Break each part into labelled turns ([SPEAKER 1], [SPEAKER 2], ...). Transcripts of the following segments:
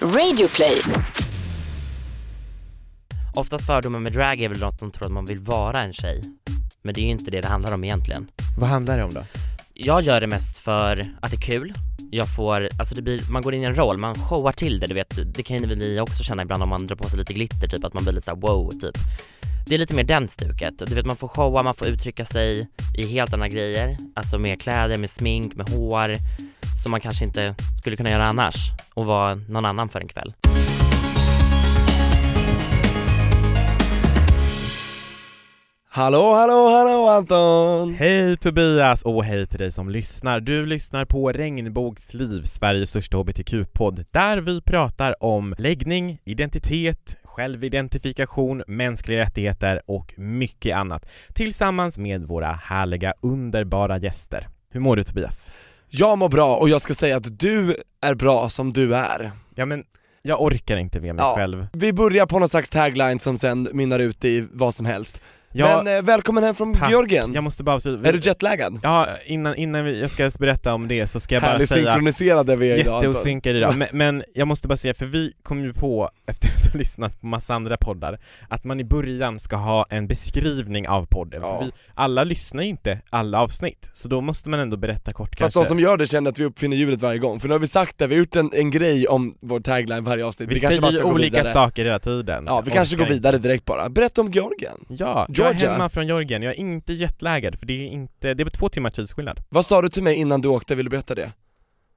[SPEAKER 1] Radioplay.
[SPEAKER 2] Oftast fördomar med drag är väl något som tror att man vill vara en tjej. Men det är ju inte det det handlar om egentligen.
[SPEAKER 3] Vad handlar det om då?
[SPEAKER 2] Jag gör det mest för att det är kul. Jag får, alltså det blir, man går in i en roll, man showar till det, du vet. Det kan ju ni också känna ibland om man drar på sig lite glitter, typ att man blir lite såhär wow, typ. Det är lite mer den stuket. Du vet man får showa, man får uttrycka sig i helt andra grejer. Alltså med kläder, med smink, med hår. Som man kanske inte skulle kunna göra annars. Och vara någon annan för en kväll.
[SPEAKER 3] Hallå, hallå, hallå Anton!
[SPEAKER 4] Hej Tobias och hej till dig som lyssnar. Du lyssnar på Regnbågsliv, Sveriges största hbtq-podd, där vi pratar om läggning, identitet, självidentifikation, mänskliga rättigheter och mycket annat tillsammans med våra härliga, underbara gäster. Hur mår du Tobias?
[SPEAKER 3] Jag mår bra och jag ska säga att du är bra som du är.
[SPEAKER 4] Ja men, jag orkar inte med mig
[SPEAKER 3] Ja.
[SPEAKER 4] själv.
[SPEAKER 3] Vi börjar på någon slags tagline som sen mynnar ut i vad som helst.
[SPEAKER 4] Jag,
[SPEAKER 3] Men eh, välkommen hem från
[SPEAKER 4] tack.
[SPEAKER 3] Georgien.
[SPEAKER 4] Jag måste bara...
[SPEAKER 3] Är du jetlaggad?
[SPEAKER 4] Ja, innan, innan vi, jag ska berätta om det så ska jag bara
[SPEAKER 3] Härligt
[SPEAKER 4] säga
[SPEAKER 3] synkroniserade vi är idag Anton.
[SPEAKER 4] Jätteosynkade idag, men, men jag måste bara säga, för vi kom ju på, efter att ha lyssnat på massa andra poddar, att man i början ska ha en beskrivning av podden,
[SPEAKER 3] Ja.
[SPEAKER 4] för vi, alla lyssnar ju inte alla avsnitt, så då måste man ändå berätta kort
[SPEAKER 3] Fast
[SPEAKER 4] kanske.
[SPEAKER 3] de som gör det känner att vi uppfinner hjulet varje gång, för nu har vi sagt det, vi har gjort en, en grej om vår tagline varje avsnitt.
[SPEAKER 4] vi
[SPEAKER 3] kanske
[SPEAKER 4] säger
[SPEAKER 3] bara ska
[SPEAKER 4] ju
[SPEAKER 3] gå
[SPEAKER 4] olika
[SPEAKER 3] vidare.
[SPEAKER 4] saker hela tiden.
[SPEAKER 3] Ja, vi
[SPEAKER 4] Jag
[SPEAKER 3] kanske går
[SPEAKER 4] orkar
[SPEAKER 3] vidare direkt bara. Berätta om Georgien.
[SPEAKER 4] inte. Ja, jag
[SPEAKER 3] Georgia.
[SPEAKER 4] är hemma från Georgien, jag är inte jetlaggad, för det är inte, det är två timmar tidsskillnad.
[SPEAKER 3] Vad sa du till mig innan du åkte, vill du berätta det?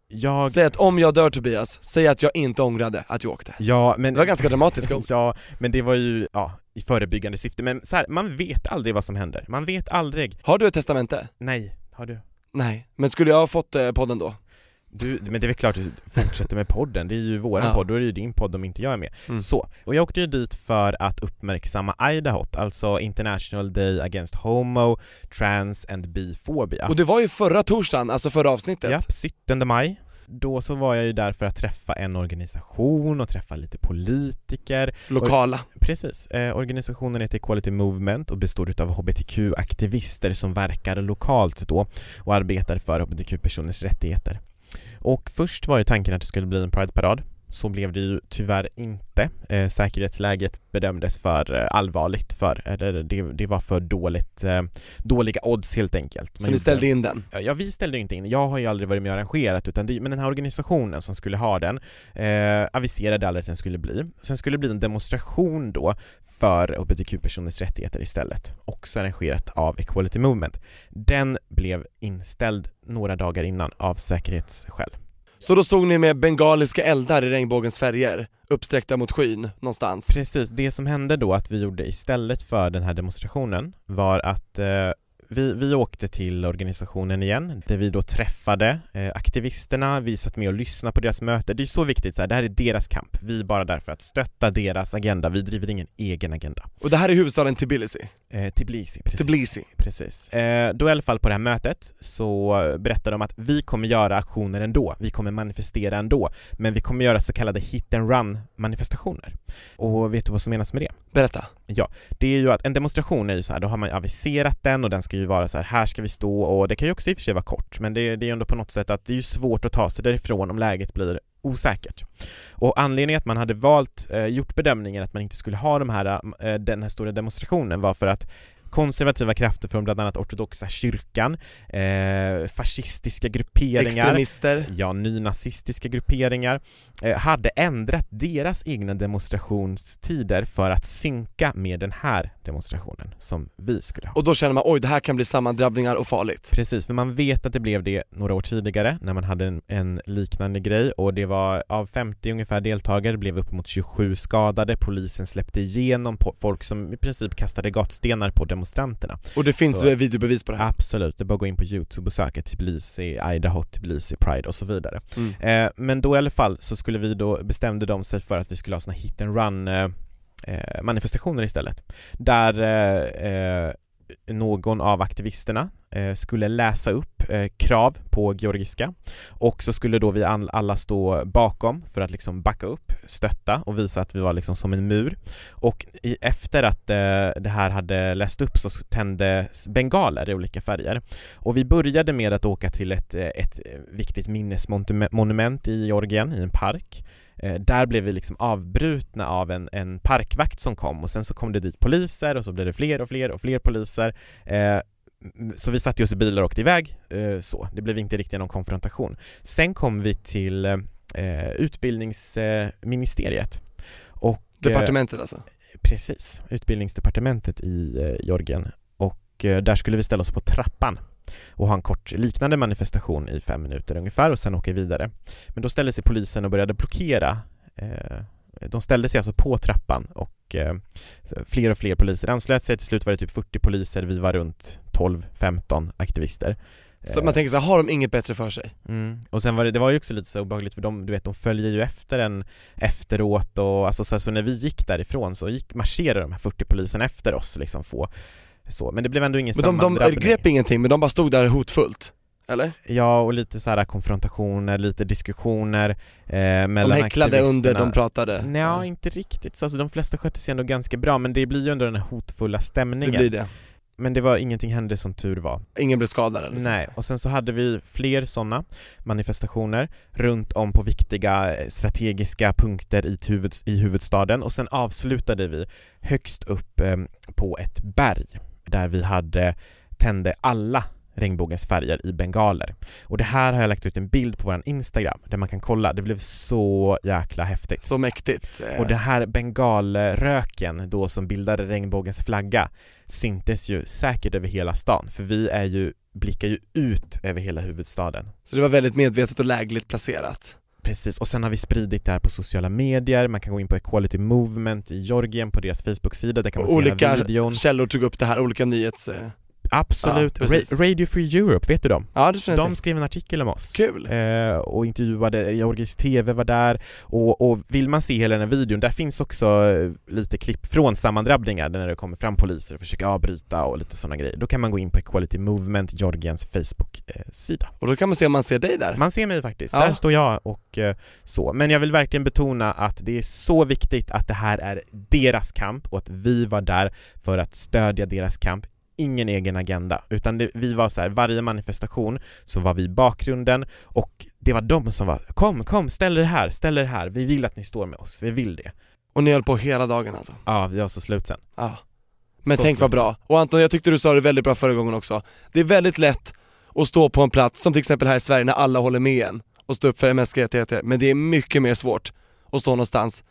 [SPEAKER 4] Jag,
[SPEAKER 3] Säg att om jag dör Tobias, säg att jag inte ångrade att jag åkte.
[SPEAKER 4] ja men...
[SPEAKER 3] Det var ganska dramatiskt.
[SPEAKER 4] Ja, men det var ju, ja, i förebyggande syfte, men så här, man vet aldrig vad som händer, man vet aldrig.
[SPEAKER 3] Har du ett testamente?
[SPEAKER 4] Nej, har du?
[SPEAKER 3] Nej. Men skulle jag ha fått eh, podden då?
[SPEAKER 4] Du, men det är väl klart du fortsätter med podden, det är ju våran
[SPEAKER 3] Ja.
[SPEAKER 4] podd, då är det ju din podd om inte jag är med.
[SPEAKER 3] Mm.
[SPEAKER 4] Så, och jag åkte ju dit för att uppmärksamma Idaho, alltså International Day Against Homo, Trans and Biphobia.
[SPEAKER 3] Och det var ju förra torsdagen, alltså förra avsnittet.
[SPEAKER 4] Japp, 17 maj. Då så var jag ju där för att träffa en organisation och träffa lite politiker.
[SPEAKER 3] Lokala.
[SPEAKER 4] Precis, eh, organisationen heter Equality Movement och består utav hbtq-aktivister som verkar lokalt då och arbetar för hbtq-personers rättigheter. Och först var ju tanken att det skulle bli en Pride-parad. Så blev det ju tyvärr inte. Eh, säkerhetsläget bedömdes för eh, allvarligt för, eller det, det var för dåligt, eh, dåliga odds helt enkelt.
[SPEAKER 3] Så
[SPEAKER 4] Man
[SPEAKER 3] ni
[SPEAKER 4] gjorde-
[SPEAKER 3] ställde in den.
[SPEAKER 4] Ja, vi ställde ju inte in. Jag har ju aldrig varit med och arrangerat, utan det, men den här organisationen som skulle ha den eh, aviserade aldrig att den skulle bli. Sen skulle det bli en demonstration då för hbtq-personers rättigheter istället, också arrangerat av Equality Movement. Den blev inställd några dagar innan av säkerhetsskäl.
[SPEAKER 3] Så då stod ni med bengaliska eldar i regnbågens färger, uppsträckta mot skyn någonstans.
[SPEAKER 4] Precis, det som hände då att vi gjorde istället för den här demonstrationen var att eh, vi, vi åkte till organisationen igen, där vi då träffade eh, aktivisterna, vi satt med och lyssnade på deras möte. Det är så viktigt, så här, det här är deras kamp. Vi är bara där för att stötta deras agenda, vi driver ingen egen agenda.
[SPEAKER 3] Och det här är huvudstaden Tbilisi.
[SPEAKER 4] Eh, Tbilisi, precis.
[SPEAKER 3] Tbilisi.
[SPEAKER 4] Precis. Eh, då i alla fall på det här mötet så berättade de att vi kommer göra aktioner ändå, vi kommer manifestera ändå, men vi kommer göra så kallade hit and run manifestationer. Och vet du vad som menas med det?
[SPEAKER 3] Berätta.
[SPEAKER 4] det är ju att en demonstration är ju så här, då har man ju aviserat den och den ska ju vara så här, här ska vi stå och det kan ju också i och för sig vara kort men det, det är ju ändå på något sätt att det är ju svårt att ta sig därifrån om läget blir osäkert. Och anledningen att man hade valt, eh, gjort bedömningen att man inte skulle ha de här, eh, den här stora demonstrationen var för att konservativa krafter från bland annat ortodoxa kyrkan, eh, fascistiska grupperingar,
[SPEAKER 3] Extremister.
[SPEAKER 4] ja, nynazistiska grupperingar eh, hade ändrat deras egna demonstrationstider för att synka med den här demonstrationen som vi skulle ha.
[SPEAKER 3] Och då känner man oj, det här kan bli sammandrabbningar och farligt.
[SPEAKER 4] Precis, för man vet att det blev det några år tidigare när man hade en, en liknande grej och det var av 50 ungefär deltagare blev uppemot 27 skadade, polisen släppte igenom po- folk som i princip kastade gatstenar på demonstranterna.
[SPEAKER 3] Och det finns
[SPEAKER 4] Så-
[SPEAKER 3] videobevis på det här.
[SPEAKER 4] Absolut, det är bara att gå in på youtube och söka Tbilisi, Idaho, Tbilisi Pride och så vidare.
[SPEAKER 3] Mm.
[SPEAKER 4] Eh, men då i alla fall så skulle vi då, bestämde de sig för att vi skulle ha såna hit and run eh, eh, manifestationer istället. Där eh, eh, någon av aktivisterna eh, skulle läsa upp eh, krav på georgiska och så skulle då vi all- alla stå bakom för att liksom backa upp, stötta och visa att vi var liksom som en mur. Och i, efter att eh, det här hade läst upp så tände bengaler i olika färger. Och vi började med att åka till ett, eh, ett viktigt minnesmonument i Georgien, i en park. Eh, där blev vi liksom avbrutna av en, en parkvakt som kom och sen så kom det dit poliser och så blev det fler och fler och fler poliser. Eh, m- så vi satte oss i bilar och åkte iväg, eh, så. Det blev inte riktigt någon konfrontation. Sen kom vi till eh, utbildningsministeriet och eh,
[SPEAKER 3] Departementet alltså?
[SPEAKER 4] Precis, utbildningsdepartementet i eh, Georgien och eh, där skulle vi ställa oss på trappan och ha en kort liknande manifestation i fem minuter ungefär och sen åka vidare. Men då ställde sig polisen och började blockera. eh, De ställde sig alltså på trappan och eh, så fler och fler poliser anslöt sig. Till slut var det typ 40 poliser, vi var runt 12-15 aktivister.
[SPEAKER 3] Så
[SPEAKER 4] Eh,
[SPEAKER 3] man tänker så här, har de inget bättre för sig?
[SPEAKER 4] Mm. Och sen var det, det var ju också lite så obehagligt för de, du vet, de följer ju efter en efteråt och alltså så, här, så när vi gick därifrån så gick, marscherade de här 40 polisen efter oss liksom få så, men det blev ändå ingen
[SPEAKER 3] Men de, de
[SPEAKER 4] sammandrabbning.
[SPEAKER 3] grep ingenting, men de bara stod där hotfullt? Eller?
[SPEAKER 4] Ja, och lite så här konfrontationer, lite diskussioner eh,
[SPEAKER 3] De
[SPEAKER 4] mellan
[SPEAKER 3] häcklade under, de
[SPEAKER 4] aktivisterna.
[SPEAKER 3] pratade?
[SPEAKER 4] Nja, inte riktigt så, alltså de flesta skötte sig ändå ganska bra men det blir ju ändå den här hotfulla
[SPEAKER 3] det
[SPEAKER 4] stämningen.
[SPEAKER 3] blir det.
[SPEAKER 4] Men det var ingenting hände som tur var.
[SPEAKER 3] Ingen blev skadad eller? så.
[SPEAKER 4] Nej, och sen så hade vi fler sådana manifestationer runt om på viktiga eh, strategiska punkter i, huvud, i huvudstaden och sen avslutade vi högst upp eh, på ett berg där vi hade tände alla regnbågens färger i bengaler. Och det här har jag lagt ut en bild på vår Instagram där man kan kolla, det blev så jäkla häftigt.
[SPEAKER 3] Så mäktigt. eh,
[SPEAKER 4] Och den här bengalröken då som bildade regnbågens flagga syntes ju säkert över hela stan för vi är ju, blickar ju ut över hela huvudstaden.
[SPEAKER 3] Så det var väldigt medvetet och lägligt placerat.
[SPEAKER 4] Precis, och sen har vi spridit det här på sociala medier, man kan gå in på Equality Movement i Georgien på deras Facebook-sida, där kan man
[SPEAKER 3] Och
[SPEAKER 4] se
[SPEAKER 3] olika
[SPEAKER 4] hela videon.
[SPEAKER 3] Källor tog upp det här, olika nyhets... eh,
[SPEAKER 4] Absolut,
[SPEAKER 3] Ja,
[SPEAKER 4] Ra-
[SPEAKER 3] precis.
[SPEAKER 4] Radio Free Europe, vet du dem?
[SPEAKER 3] Ja det känner jag
[SPEAKER 4] De
[SPEAKER 3] till.
[SPEAKER 4] skrev en artikel om oss.
[SPEAKER 3] Kul!
[SPEAKER 4] Eh, och intervjuade, Georgisk TV var där och, och vill man se hela den här videon, där finns också eh, lite klipp från sammandrabbningar där när det kommer fram poliser och försöker avbryta och lite sådana grejer. Då kan man gå in på Equality Movement, Georgiens Facebook-sida.
[SPEAKER 3] Och då kan man se om man ser dig där.
[SPEAKER 4] Man ser mig faktiskt,
[SPEAKER 3] Ja.
[SPEAKER 4] där står jag och eh, så. Men jag vill verkligen betona att det är så viktigt att det här är deras kamp och att vi var där för att stödja deras kamp. Ingen egen agenda, utan det, vi var så här, varje manifestation så var vi i bakgrunden och det var de som var kom, kom, ställ er här, ställ er här, vi vill att ni står med oss, vi vill det.
[SPEAKER 3] Och ni höll på hela dagen alltså.
[SPEAKER 4] Ja, vi var så slut sen.
[SPEAKER 3] Ja. Men
[SPEAKER 4] Så
[SPEAKER 3] tänk vad
[SPEAKER 4] slut.
[SPEAKER 3] bra. Och Anton, jag tyckte du sa det väldigt bra förra gången också. Det är väldigt lätt att stå på en plats, som till exempel här i Sverige när alla håller med en och stå upp för mänskliga rättigheter. Men det är mycket mer svårt att stå någonstans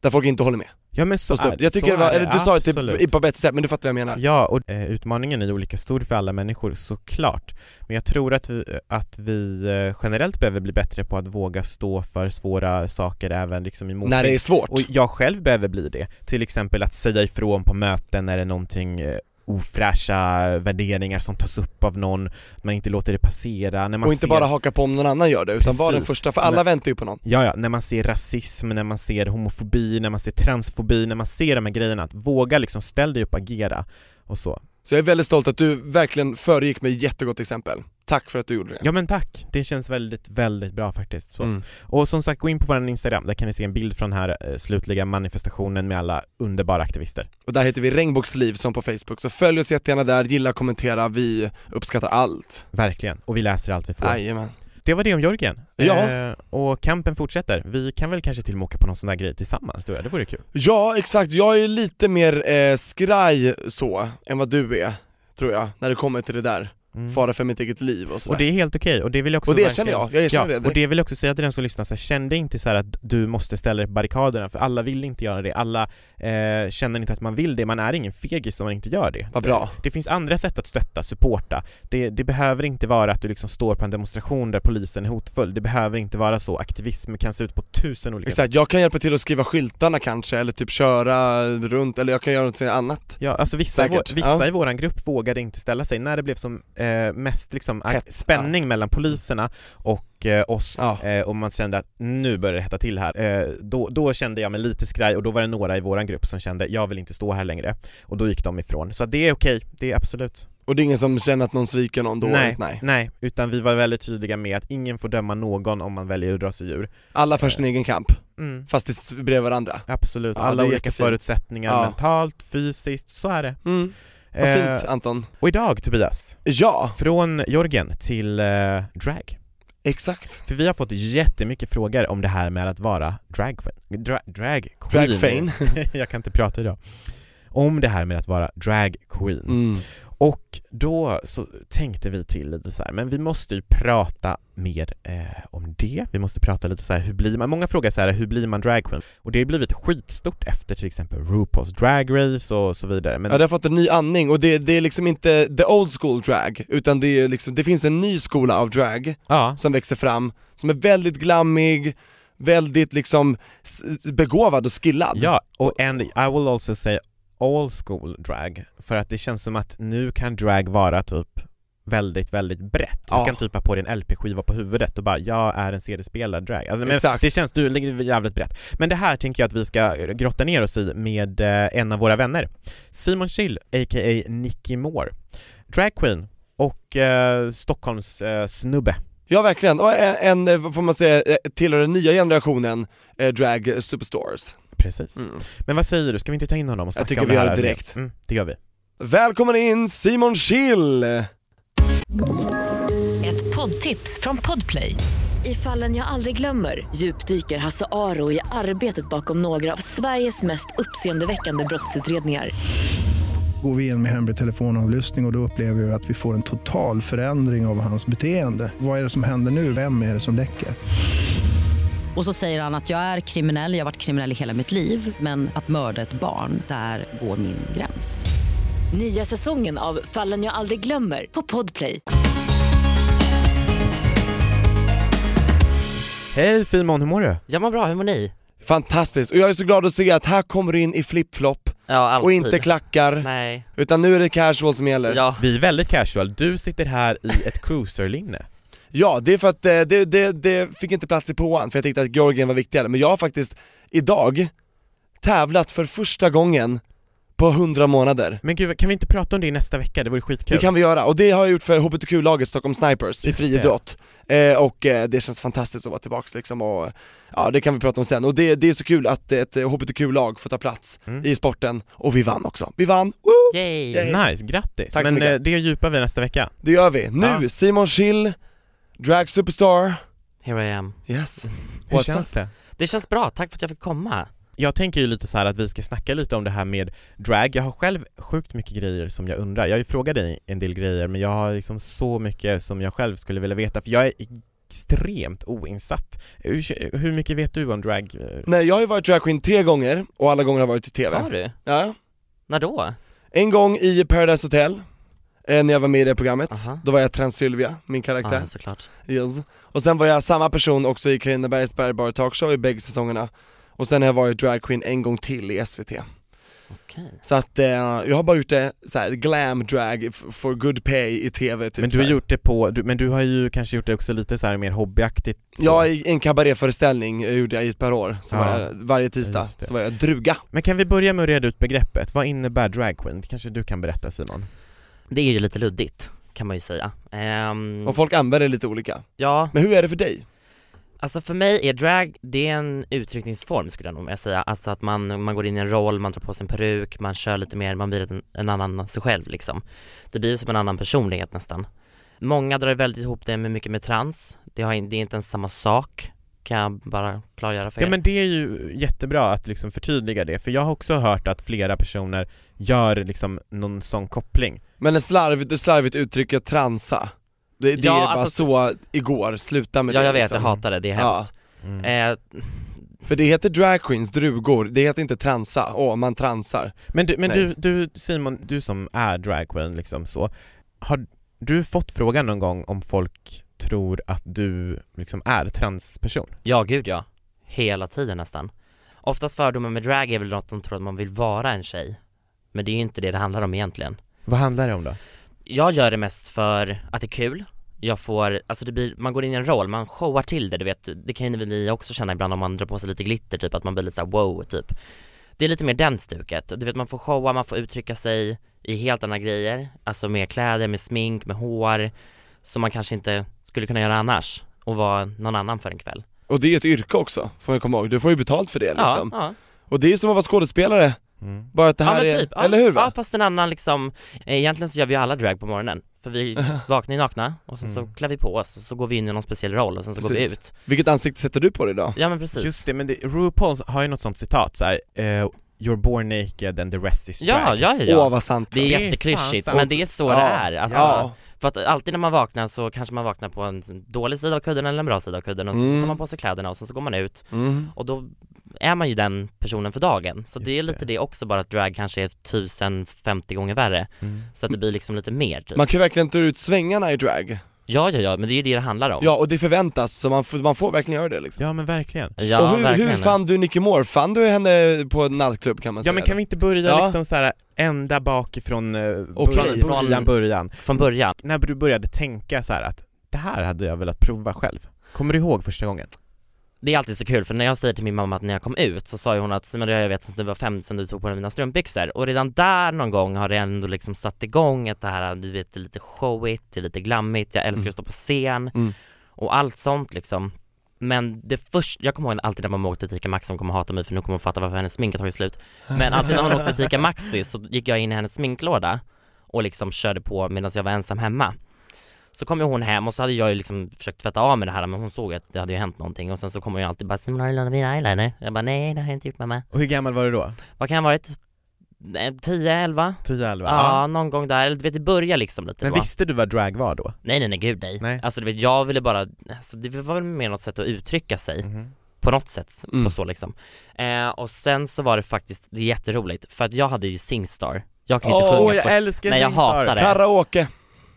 [SPEAKER 3] där folk inte håller med.
[SPEAKER 4] Ja men så
[SPEAKER 3] Och stå
[SPEAKER 4] är
[SPEAKER 3] upp. Jag tycker
[SPEAKER 4] så
[SPEAKER 3] det var,
[SPEAKER 4] är
[SPEAKER 3] eller du sa det typ
[SPEAKER 4] absolut.
[SPEAKER 3] i- på ett bättre sätt, men du fattar vad jag menar.
[SPEAKER 4] Ja, och eh, utmaningen är ju olika stor för alla människor såklart. Men jag tror att vi, att vi eh, generellt behöver bli bättre på att våga stå för svåra saker även liksom i
[SPEAKER 3] När det är
[SPEAKER 4] motvind.
[SPEAKER 3] svårt.
[SPEAKER 4] Och jag själv behöver bli det. Till exempel att säga ifrån på möten när det är någonting eh, ofräscha värderingar som tas upp av någon, att man inte låter det passera. När man
[SPEAKER 3] och inte
[SPEAKER 4] ser...
[SPEAKER 3] bara haka på om någon annan gör det, utan vara den
[SPEAKER 4] Precis.
[SPEAKER 3] första, för alla
[SPEAKER 4] Men-
[SPEAKER 3] väntar ju på någon.
[SPEAKER 4] Ja, ja, när man ser rasism, när man ser homofobi, när man ser transfobi, när man ser de här grejerna, att våga liksom ställ dig upp och agera och så.
[SPEAKER 3] Så jag är väldigt stolt att du verkligen föregick med jättegott exempel. Tack för att du gjorde det.
[SPEAKER 4] Ja men tack, det känns väldigt, väldigt bra faktiskt. Så.
[SPEAKER 3] Mm.
[SPEAKER 4] Och som sagt, gå in på vår Instagram, där kan ni se en bild från den här eh, slutliga manifestationen med alla underbara aktivister.
[SPEAKER 3] Och där heter vi Regnbågsliv som på Facebook, så följ oss jättegärna där, gilla, kommentera, vi uppskattar allt.
[SPEAKER 4] Verkligen, och vi läser allt vi får.
[SPEAKER 3] Jajamän.
[SPEAKER 4] Det var det om Jörgen.
[SPEAKER 3] Ja.
[SPEAKER 4] Eh, och kampen fortsätter. Vi kan väl kanske till och med åka på någon sån där grej tillsammans, du och jag. det vore kul.
[SPEAKER 3] Ja, exakt. Jag är lite mer eh, skraj så, än vad du är, tror jag, när det kommer till det där.
[SPEAKER 4] Mm.
[SPEAKER 3] Fara för mitt eget liv och sådär.
[SPEAKER 4] Och det är helt okej, och det vill jag också
[SPEAKER 3] och det
[SPEAKER 4] verkligen-
[SPEAKER 3] erkänner jag, jag erkänner
[SPEAKER 4] Ja,
[SPEAKER 3] det.
[SPEAKER 4] och det vill jag också säga till den som lyssnar, så här, känn dig inte så här att du måste ställa dig på barrikaderna, för alla vill inte göra det, alla eh, känner inte att man vill det, man är ingen fegis om man inte gör det.
[SPEAKER 3] Vad bra.
[SPEAKER 4] Det finns andra sätt att stötta, supporta. Det, det behöver inte vara att du liksom står på en demonstration där polisen är hotfull. Det behöver inte vara så. Aktivism kan se ut på tusen olika sätt.
[SPEAKER 3] Exakt, jag kan hjälpa till att skriva skyltarna kanske, eller typ köra runt, eller jag kan göra något annat.
[SPEAKER 4] Ja, alltså vissa, i
[SPEAKER 3] Säkert,
[SPEAKER 4] vår, vissa
[SPEAKER 3] ja.
[SPEAKER 4] i våran grupp vågade inte ställa sig när det blev som eh, mest liksom ag-
[SPEAKER 3] Hett,
[SPEAKER 4] spänning mellan poliserna och eh, oss
[SPEAKER 3] Ja.
[SPEAKER 4] eh, och man kände att nu börjar det hetta till här. Eh, då, då kände jag mig lite skraj och då var det några i våran grupp som kände jag vill inte stå här längre och då gick de ifrån. Så att det är okej, det är absolut.
[SPEAKER 3] Och det är ingen som känner att någon sviker någon då?
[SPEAKER 4] nej,
[SPEAKER 3] Nej.
[SPEAKER 4] nej, utan vi var väldigt tydliga med att ingen får döma någon om man väljer att dra sig ur.
[SPEAKER 3] Alla för
[SPEAKER 4] Eh.
[SPEAKER 3] sin egen kamp,
[SPEAKER 4] Mm.
[SPEAKER 3] fast det s- bredvid varandra.
[SPEAKER 4] Absolut,
[SPEAKER 3] Ja,
[SPEAKER 4] alla
[SPEAKER 3] det är
[SPEAKER 4] olika
[SPEAKER 3] jättefint.
[SPEAKER 4] förutsättningar
[SPEAKER 3] Ja.
[SPEAKER 4] mentalt, fysiskt, så är det.
[SPEAKER 3] Mm. Vad
[SPEAKER 4] Eh,
[SPEAKER 3] fint Anton.
[SPEAKER 4] och idag Tobias,
[SPEAKER 3] Ja,
[SPEAKER 4] från Jorgen till eh, drag.
[SPEAKER 3] exakt.
[SPEAKER 4] För vi har fått jättemycket frågor om det här med att vara drag, dra, drag queen.
[SPEAKER 3] Drag Fane.
[SPEAKER 4] Jag kan inte prata idag. Om det här med att vara drag queen.
[SPEAKER 3] Mm.
[SPEAKER 4] Och då så tänkte vi till lite så här, men vi måste ju prata mer eh, om det. Vi måste prata lite så här, hur blir man? Många frågar så här, hur blir man drag queen? Och det har blivit skitstort efter till exempel RuPaul's Drag Race och så vidare. Men
[SPEAKER 3] Ja, det har fått en ny andning och det, det är liksom inte the old school drag, utan det, är liksom, det finns en ny skola av drag
[SPEAKER 4] ja,
[SPEAKER 3] som växer fram, som är väldigt glammig, väldigt liksom s- begåvad och skillad.
[SPEAKER 4] Ja, och and I will also say all school drag, för att det känns som att nu kan drag vara typ väldigt, väldigt brett. Du
[SPEAKER 3] Ja.
[SPEAKER 4] kan typ ha på dig en LP-skiva på huvudet och bara “jag är en CD-spelare drag”. Alltså, men
[SPEAKER 3] Exakt.
[SPEAKER 4] Det känns du, ligger jävligt brett. Men det här tänker jag att vi ska grotta ner oss i med eh, en av våra vänner. Simon Chill, a.k.a. Nicky Moore. Drag queen och eh, Stockholms eh, snubbe.
[SPEAKER 3] Ja verkligen, och en, en eh, vad får man säga, eh, tillhör den nya generationen eh, drag superstars.
[SPEAKER 4] Precis. Men vad säger du, ska vi inte ta in honom och snacka
[SPEAKER 3] Mm. tycker
[SPEAKER 4] om det
[SPEAKER 3] vi gör
[SPEAKER 4] här?
[SPEAKER 3] det direkt.
[SPEAKER 4] Mm, det gör vi.
[SPEAKER 3] Välkommen in Simon Schill!
[SPEAKER 1] Ett poddtips från Podplay. I fallen jag aldrig glömmer djupdyker Hasse Aro i arbetet bakom några av Sveriges mest uppseendeväckande brottsutredningar.
[SPEAKER 5] Går vi in med hemlig telefonavlyssning och, och då upplever vi att vi får en total förändring av hans beteende. Vad är det som händer nu? Vem är det som läcker?
[SPEAKER 6] Och så säger han att jag är kriminell, jag har varit kriminell i hela mitt liv men att mörda ett barn, där går min gräns.
[SPEAKER 1] Nya säsongen av Fallen jag aldrig glömmer på Podplay.
[SPEAKER 4] Hej Simon, hur mår du?
[SPEAKER 2] Jag mår bra, hur mår ni?
[SPEAKER 3] Fantastiskt, och jag är så glad att se att här kommer du in i flipflop
[SPEAKER 2] Ja, alltid.
[SPEAKER 3] och inte klackar,
[SPEAKER 2] Nej.
[SPEAKER 3] utan nu är det casual som gäller.
[SPEAKER 2] Ja.
[SPEAKER 4] Vi är väldigt casual, du sitter här i ett cruiserlinne.
[SPEAKER 3] Ja, det är för att eh, det, det, det fick inte plats i påan för jag tyckte att Georgien var viktigare, men jag har faktiskt idag tävlat för första gången på 100 månader.
[SPEAKER 4] Men gud, kan vi inte prata om det nästa vecka? Det vore skitkul.
[SPEAKER 3] Det kan vi göra, och det har jag gjort för HBTQ-laget Stockholm Snipers i
[SPEAKER 4] Just det.
[SPEAKER 3] friidrott. Eh, och eh, det känns fantastiskt att vara tillbaks liksom och ja, det kan vi prata om sen. Och det, det är så kul att ett eh, HBTQ-lag får ta plats
[SPEAKER 4] Mm.
[SPEAKER 3] i sporten, och vi vann också. Vi vann, Woo!
[SPEAKER 2] Yay.
[SPEAKER 3] Yay.
[SPEAKER 4] Nice, grattis!
[SPEAKER 3] Tack så
[SPEAKER 4] Men
[SPEAKER 3] mycket.
[SPEAKER 4] eh, det djupar vi nästa vecka.
[SPEAKER 3] Det gör vi. Nu,
[SPEAKER 4] Ja.
[SPEAKER 3] Simon Schill, drag superstar.
[SPEAKER 2] Here I am.
[SPEAKER 3] Yes.
[SPEAKER 4] Hur
[SPEAKER 3] What's
[SPEAKER 4] känns det?
[SPEAKER 2] Det känns bra, tack för att jag fick komma.
[SPEAKER 4] Jag tänker ju lite så här att vi ska snacka lite om det här med drag. Jag har själv sjukt mycket grejer som jag undrar. Jag har ju frågat dig en del grejer men jag har liksom så mycket som jag själv skulle vilja veta för jag är extremt oinsatt. Hur, hur mycket vet du om drag?
[SPEAKER 3] Nej, jag har ju varit dragqueen tre gånger, och alla gånger har jag varit i TV.
[SPEAKER 2] Har du?
[SPEAKER 3] Ja.
[SPEAKER 2] När då?
[SPEAKER 3] En gång i Paradise Hotel, eh, när jag var med i det programmet,
[SPEAKER 2] Aha.
[SPEAKER 3] då var jag Transylvia, min
[SPEAKER 4] Ah,
[SPEAKER 3] karaktär.
[SPEAKER 2] Ja, såklart.
[SPEAKER 3] Yes. Och sen var jag samma person också i Carina Bergs bärbara talkshow i bägge säsongerna. Och sen har jag varit dragqueen en gång till i SVT.
[SPEAKER 2] Okej.
[SPEAKER 3] Så att eh, jag har bara gjort det så här, glam drag f- for good pay i TV typ
[SPEAKER 4] men du
[SPEAKER 3] så
[SPEAKER 4] har
[SPEAKER 3] här.
[SPEAKER 4] gjort det på, du, men du har ju kanske gjort det också lite så här mer hobbyaktigt. så.
[SPEAKER 3] Ja, i en kabaréföreställning eh, gjorde jag i ett par år, så
[SPEAKER 4] Ja.
[SPEAKER 3] var jag, varje tisdag
[SPEAKER 4] Just det.
[SPEAKER 3] så var jag druga.
[SPEAKER 4] Men kan vi börja med att reda ut begreppet? Vad innebär drag queen? Det kanske du kan berätta Simon?
[SPEAKER 2] Det är ju lite luddigt, kan man ju säga. Ehm,
[SPEAKER 3] Och folk använder det lite olika.
[SPEAKER 2] ja,
[SPEAKER 3] Men hur är det för dig?
[SPEAKER 2] alltså för mig är drag, det är en uttryckningsform skulle jag nog vilja säga. Alltså att man, man går in i en roll, man drar på sig en peruk, man kör lite mer, man blir en, en annan sig själv liksom. Det blir ju som en annan personlighet nästan. Många drar väldigt ihop det med mycket med trans, det, har, in- det är inte ens samma sak, kan jag bara klargöra för er.
[SPEAKER 4] Ja men det är ju jättebra att liksom förtydliga det, för jag har också hört att flera personer gör liksom någon sån koppling.
[SPEAKER 3] Men det slarvigt, det slarvigt uttrycket transa, det, det
[SPEAKER 2] Ja,
[SPEAKER 3] är bara
[SPEAKER 2] alltså-
[SPEAKER 3] så igår, sluta med
[SPEAKER 2] ja
[SPEAKER 3] det
[SPEAKER 2] jag vet,
[SPEAKER 3] liksom.
[SPEAKER 2] jag hatar det, det är
[SPEAKER 3] Ja.
[SPEAKER 2] hemskt.
[SPEAKER 4] Mm.
[SPEAKER 2] Eh,
[SPEAKER 3] För det heter drag queens, drugor, det heter inte transa, åh man transar.
[SPEAKER 4] Men, du, men
[SPEAKER 3] nej.
[SPEAKER 4] du, du Simon, du som är dragqueen liksom så, har du fått frågan någon gång om folk tror att du liksom är transperson?
[SPEAKER 2] Ja, gud ja. Hela tiden nästan. Oftast fördomen med drag är väl att de tror att man vill vara en tjej. Men det är ju inte det det handlar om egentligen.
[SPEAKER 4] Vad handlar det om då?
[SPEAKER 2] Jag gör det mest för att det är kul. Jag får, alltså det blir, man går in i en roll, man showar till det, du vet. Det kan ju väl ni också känna ibland om man drar på sig lite glitter typ, att man blir lite såhär wow typ. Det är lite mer den stuket. Du vet man får showa, man får uttrycka sig i helt andra grejer, alltså med kläder, med smink, med hår, som man kanske inte skulle kunna göra annars och vara någon annan för en kväll.
[SPEAKER 3] Och det är ett yrke också, får man komma ihåg. Du får ju betalt för det liksom.
[SPEAKER 2] Ja, ja.
[SPEAKER 3] Och det är ju som att vara skådespelare,
[SPEAKER 4] Mm.
[SPEAKER 3] bara att det här
[SPEAKER 2] ja, men
[SPEAKER 3] är,
[SPEAKER 2] typ, ja,
[SPEAKER 3] eller hur?
[SPEAKER 2] Ja
[SPEAKER 3] Va?
[SPEAKER 2] fast en annan liksom, eh, egentligen så gör vi ju alla drag på morgonen för vi vaknar ju nakna och sen så
[SPEAKER 4] Mm.
[SPEAKER 2] klär vi på oss och så går vi in i någon speciell roll och sen så går vi
[SPEAKER 3] Precis.
[SPEAKER 2] ut
[SPEAKER 3] Vilket ansikte sätter du på dig idag?
[SPEAKER 2] Ja men precis
[SPEAKER 4] Just det, men det, RuPaul har ju något sånt citat såhär, eh, You're born naked and the rest is drag.
[SPEAKER 2] Ja, ja, ja,
[SPEAKER 3] Åh
[SPEAKER 2] ja.
[SPEAKER 3] vad sant.
[SPEAKER 2] det är
[SPEAKER 4] Det är
[SPEAKER 2] jätteklyschigt
[SPEAKER 4] fan sant.
[SPEAKER 2] men det är så det är alltså,
[SPEAKER 3] ja.
[SPEAKER 2] För att alltid när man vaknar så kanske man vaknar på en dålig sida av kudden eller en bra sida av kudden och så
[SPEAKER 3] Mm.
[SPEAKER 2] tar man på sig kläderna och sen så går man ut
[SPEAKER 3] Mm.
[SPEAKER 2] och då är man ju den personen för dagen. Så det
[SPEAKER 4] Just
[SPEAKER 2] är lite
[SPEAKER 4] det.
[SPEAKER 2] det. också bara att drag kanske är 1050 gånger värre
[SPEAKER 4] Mm.
[SPEAKER 2] så att det blir liksom lite mer typ.
[SPEAKER 3] Man kan ju verkligen ta ut svängarna i drag.
[SPEAKER 2] Ja ja ja men det är ju det det handlar om.
[SPEAKER 3] Ja, och det förväntas, så man får, man får verkligen göra det liksom.
[SPEAKER 4] Ja men verkligen.
[SPEAKER 2] Ja,
[SPEAKER 3] och hur, hur
[SPEAKER 2] verkligen.
[SPEAKER 3] fann du Nicky Moore? Fann du henne på en nattklubb kan man
[SPEAKER 4] Ja
[SPEAKER 3] säga?
[SPEAKER 4] men kan vi inte börja
[SPEAKER 3] Ja.
[SPEAKER 4] liksom såhär ända bakifrån eh,
[SPEAKER 3] Okej.
[SPEAKER 4] början,
[SPEAKER 2] Från-
[SPEAKER 4] början, början.
[SPEAKER 2] Från början.
[SPEAKER 4] När du började tänka så här att det här hade jag velat prova själv. Kommer du ihåg första gången?
[SPEAKER 2] Det är alltid så kul för när jag säger till min mamma att när jag kom ut så sa ju hon att Simon det har jag vet sen du var fem sen du tog på dig mina strumpbyxor och redan där någon gång har det ändå liksom satt igång att det här du vet det är lite showigt, det är lite glammigt, jag älskar
[SPEAKER 3] Mm.
[SPEAKER 2] att stå på scen
[SPEAKER 3] Mm.
[SPEAKER 2] och allt sånt liksom men det första, jag kommer ihåg alltid när man åkte till ICA Maxi, hon kommer hata mig för nu kommer hon fatta varför hennes smink har tagit slut Men alltid när hon åkte till ICA Maxi så gick jag in i hennes sminklåda och liksom körde på medan jag var ensam hemma Så kom ju hon hem och så hade jag ju liksom försökt tvätta av mig det här men hon såg att det hade ju hänt någonting och sen så kommer jag alltid bara 'Simon har du lånat min eyeliner?' Jag bara 'Nej det har jag inte gjort mamma'
[SPEAKER 4] Och hur gammal var du då?
[SPEAKER 2] Vad kan jag ha varit? Eh, 10, 11?
[SPEAKER 4] 10, 11?
[SPEAKER 2] Ja, någon gång där, eller du vet det börjar liksom lite
[SPEAKER 4] Men
[SPEAKER 2] då.
[SPEAKER 4] visste du vad drag var då?
[SPEAKER 2] Nej nej nej gud nej.
[SPEAKER 4] Nej.
[SPEAKER 2] Alltså du vet jag ville bara, alltså, det var väl mer något sätt att uttrycka sig
[SPEAKER 4] Mhm.
[SPEAKER 2] på något sätt,
[SPEAKER 3] Mm.
[SPEAKER 2] på så liksom. Eh, och sen så var det faktiskt, det är jätteroligt, för att jag hade ju Singstar, jag kan ju inte
[SPEAKER 3] Åh,
[SPEAKER 4] Åh,
[SPEAKER 2] sjunga
[SPEAKER 4] jag
[SPEAKER 2] på...
[SPEAKER 4] älskar
[SPEAKER 2] Nej, jag
[SPEAKER 4] Singstar.
[SPEAKER 2] hatar det.
[SPEAKER 3] Karaoke.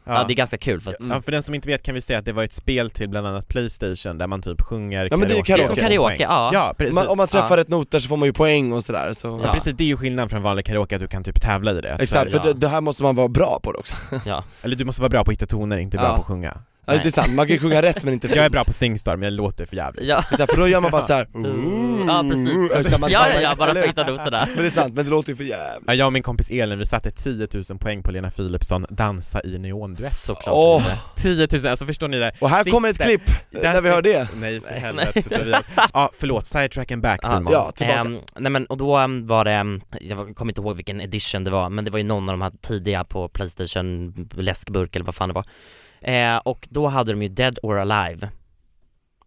[SPEAKER 2] Ja det är ganska kul för att
[SPEAKER 4] Ja, för den som inte vet kan vi säga att det var ett spel till bland annat Playstation där man typ sjunger
[SPEAKER 3] Ja, men det är ju
[SPEAKER 2] det är
[SPEAKER 3] karaoke.
[SPEAKER 2] som karaoke, ja.
[SPEAKER 4] Ja, precis.
[SPEAKER 3] Man, om man
[SPEAKER 2] Ja.
[SPEAKER 3] träffar rätt noter så får man ju poäng och sådär så
[SPEAKER 4] Ja, precis, det är ju skillnaden från vanlig karaoke att du kan typ tävla i det. Så här,
[SPEAKER 3] Exakt, för
[SPEAKER 2] Ja.
[SPEAKER 3] det, det här måste man vara bra på också.
[SPEAKER 4] Eller du måste vara bra på att hitta toner, inte bra
[SPEAKER 3] Ja.
[SPEAKER 4] på att sjunga.
[SPEAKER 3] Ja,
[SPEAKER 2] Nej.
[SPEAKER 3] det är sant, man kan ju sjunga rätt men inte
[SPEAKER 4] Jag är bra på Singstar men jag låter för jävligt.
[SPEAKER 2] Ja,
[SPEAKER 3] Exakt, för då gör man bara såhär
[SPEAKER 2] Mm. ja precis, alltså,
[SPEAKER 3] Mm. man-
[SPEAKER 2] ja, ja, ja, bara
[SPEAKER 3] eller
[SPEAKER 2] för
[SPEAKER 3] hur?
[SPEAKER 2] att hitta noterna
[SPEAKER 3] Men det är sant, men det låter ju för jävligt.
[SPEAKER 4] Ja, jag och min kompis Elin, vi satte 10 000 poäng på Lena Philipsson, Dansa i neonduett.
[SPEAKER 2] Såklart
[SPEAKER 3] Åh.
[SPEAKER 2] inte.
[SPEAKER 4] 10 000, alltså förstår ni det?
[SPEAKER 3] Och här
[SPEAKER 4] Sitter-
[SPEAKER 3] kommer ett klipp där vi hör det.
[SPEAKER 4] Nej för helvete Tobias. Ja förlåt, sidetrack and back
[SPEAKER 2] Ja,
[SPEAKER 4] Simon.
[SPEAKER 3] Ah, Ja, tillbaka.
[SPEAKER 2] Ehm, nej men och då ehm, var det, ehm, jag kommer inte ihåg vilken edition det var, men det var ju någon av de här tidiga på Playstation, läskburk eller vad fan det var. Eh, och då hade de ju Dead or Alive,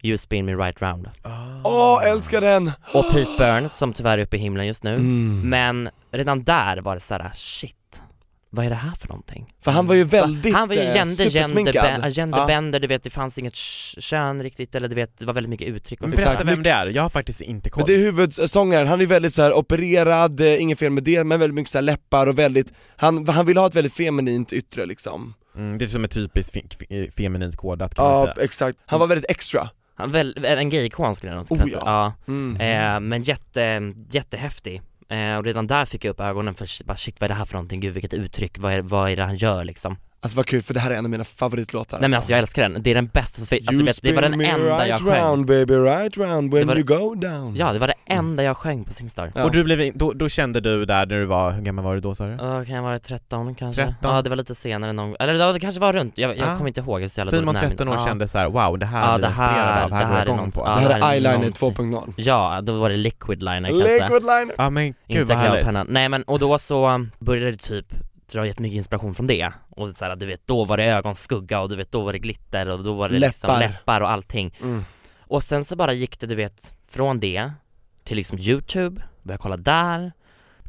[SPEAKER 2] You spin me right round.
[SPEAKER 4] Ah.
[SPEAKER 3] Åh, älskar den!
[SPEAKER 2] Och Pete Burns som tyvärr är uppe i himlen just nu.
[SPEAKER 3] Mm.
[SPEAKER 2] Men redan där var det så här: shit, vad är det här för någonting?
[SPEAKER 3] För han var ju väldigt
[SPEAKER 2] han var ju
[SPEAKER 3] eh,
[SPEAKER 2] gender, gender,
[SPEAKER 3] supersminkad.
[SPEAKER 2] ben- gender
[SPEAKER 3] Ja.
[SPEAKER 2] bender, du vet det fanns inget k- kön riktigt, eller du vet det var väldigt mycket uttryck och
[SPEAKER 4] Men
[SPEAKER 2] så.
[SPEAKER 4] Berätta
[SPEAKER 3] Exakt.
[SPEAKER 4] vem det är, jag har faktiskt inte koll.
[SPEAKER 3] Men det är huvudsångaren, han är väldigt så här opererad, eh, inget fel med det, men väldigt mycket så här läppar och väldigt, han, han vill ha ett väldigt feminint yttre liksom.
[SPEAKER 4] Mm, det är som ett typiskt fe- fe- eh, feminint kodat kan man
[SPEAKER 3] Ja,
[SPEAKER 4] säga.
[SPEAKER 3] exakt. Han var väldigt extra.
[SPEAKER 2] Han väl, en gay-ikon skulle jag nog kunna
[SPEAKER 3] Oh,
[SPEAKER 2] säga.
[SPEAKER 3] ja.
[SPEAKER 2] Ja.
[SPEAKER 3] Mm.
[SPEAKER 2] Eh, men jätte, jättehäftig. Eh, och redan där fick jag upp ögonen för shit, bara shit vad är det här för någonting, gud vilket uttryck, vad är, vad är det han gör liksom?
[SPEAKER 3] Alltså vad kul, för det här är en av mina favoritlåtar
[SPEAKER 2] Nej men alltså jag älskar den, det är den bästa, som- alltså,
[SPEAKER 3] You
[SPEAKER 2] du vet, det var den
[SPEAKER 3] spin me
[SPEAKER 2] enda
[SPEAKER 3] right
[SPEAKER 2] jag sjöng
[SPEAKER 3] round baby, right round
[SPEAKER 2] Det
[SPEAKER 3] when
[SPEAKER 2] var
[SPEAKER 3] you go down
[SPEAKER 2] Ja det var det enda jag sjöng på Singstar
[SPEAKER 3] Ja.
[SPEAKER 4] Och du blev, då, då kände du där när du var, hur gammal var du då sa du?
[SPEAKER 3] Mm.
[SPEAKER 2] Ja, kan jag vara 13 kanske?
[SPEAKER 4] 13?
[SPEAKER 2] Ja det var lite senare någon eller ja, det kanske var runt, jag, jag
[SPEAKER 4] Ah.
[SPEAKER 2] kommer inte ihåg, jag är så jävla
[SPEAKER 4] Simon
[SPEAKER 2] dålig på
[SPEAKER 4] 13 år
[SPEAKER 2] närminne. Ja.
[SPEAKER 4] kände så här: wow det här
[SPEAKER 2] Ja,
[SPEAKER 4] blir jag
[SPEAKER 2] det här-
[SPEAKER 4] inspirerad av,
[SPEAKER 2] det
[SPEAKER 4] här går
[SPEAKER 2] här
[SPEAKER 4] jag
[SPEAKER 2] är
[SPEAKER 4] igång
[SPEAKER 2] något-
[SPEAKER 4] på.
[SPEAKER 2] ja.
[SPEAKER 3] Det här är
[SPEAKER 2] det är
[SPEAKER 3] eyeliner
[SPEAKER 2] någonting.
[SPEAKER 3] 2.0
[SPEAKER 2] Ja, då var det liquid liner kanske
[SPEAKER 3] Liquid liner!
[SPEAKER 4] Ja men gud
[SPEAKER 2] Inte
[SPEAKER 4] vad härligt.
[SPEAKER 2] glödpennan, nej men och då så um, började det typ dra jättemycket inspiration från det och så här, du vet då var det ögonskugga och du vet då var det glitter och då var det
[SPEAKER 3] Läppar.
[SPEAKER 2] liksom läppar och allting
[SPEAKER 3] Mm.
[SPEAKER 2] Och sen så bara gick det du vet från det till liksom youtube, började kolla där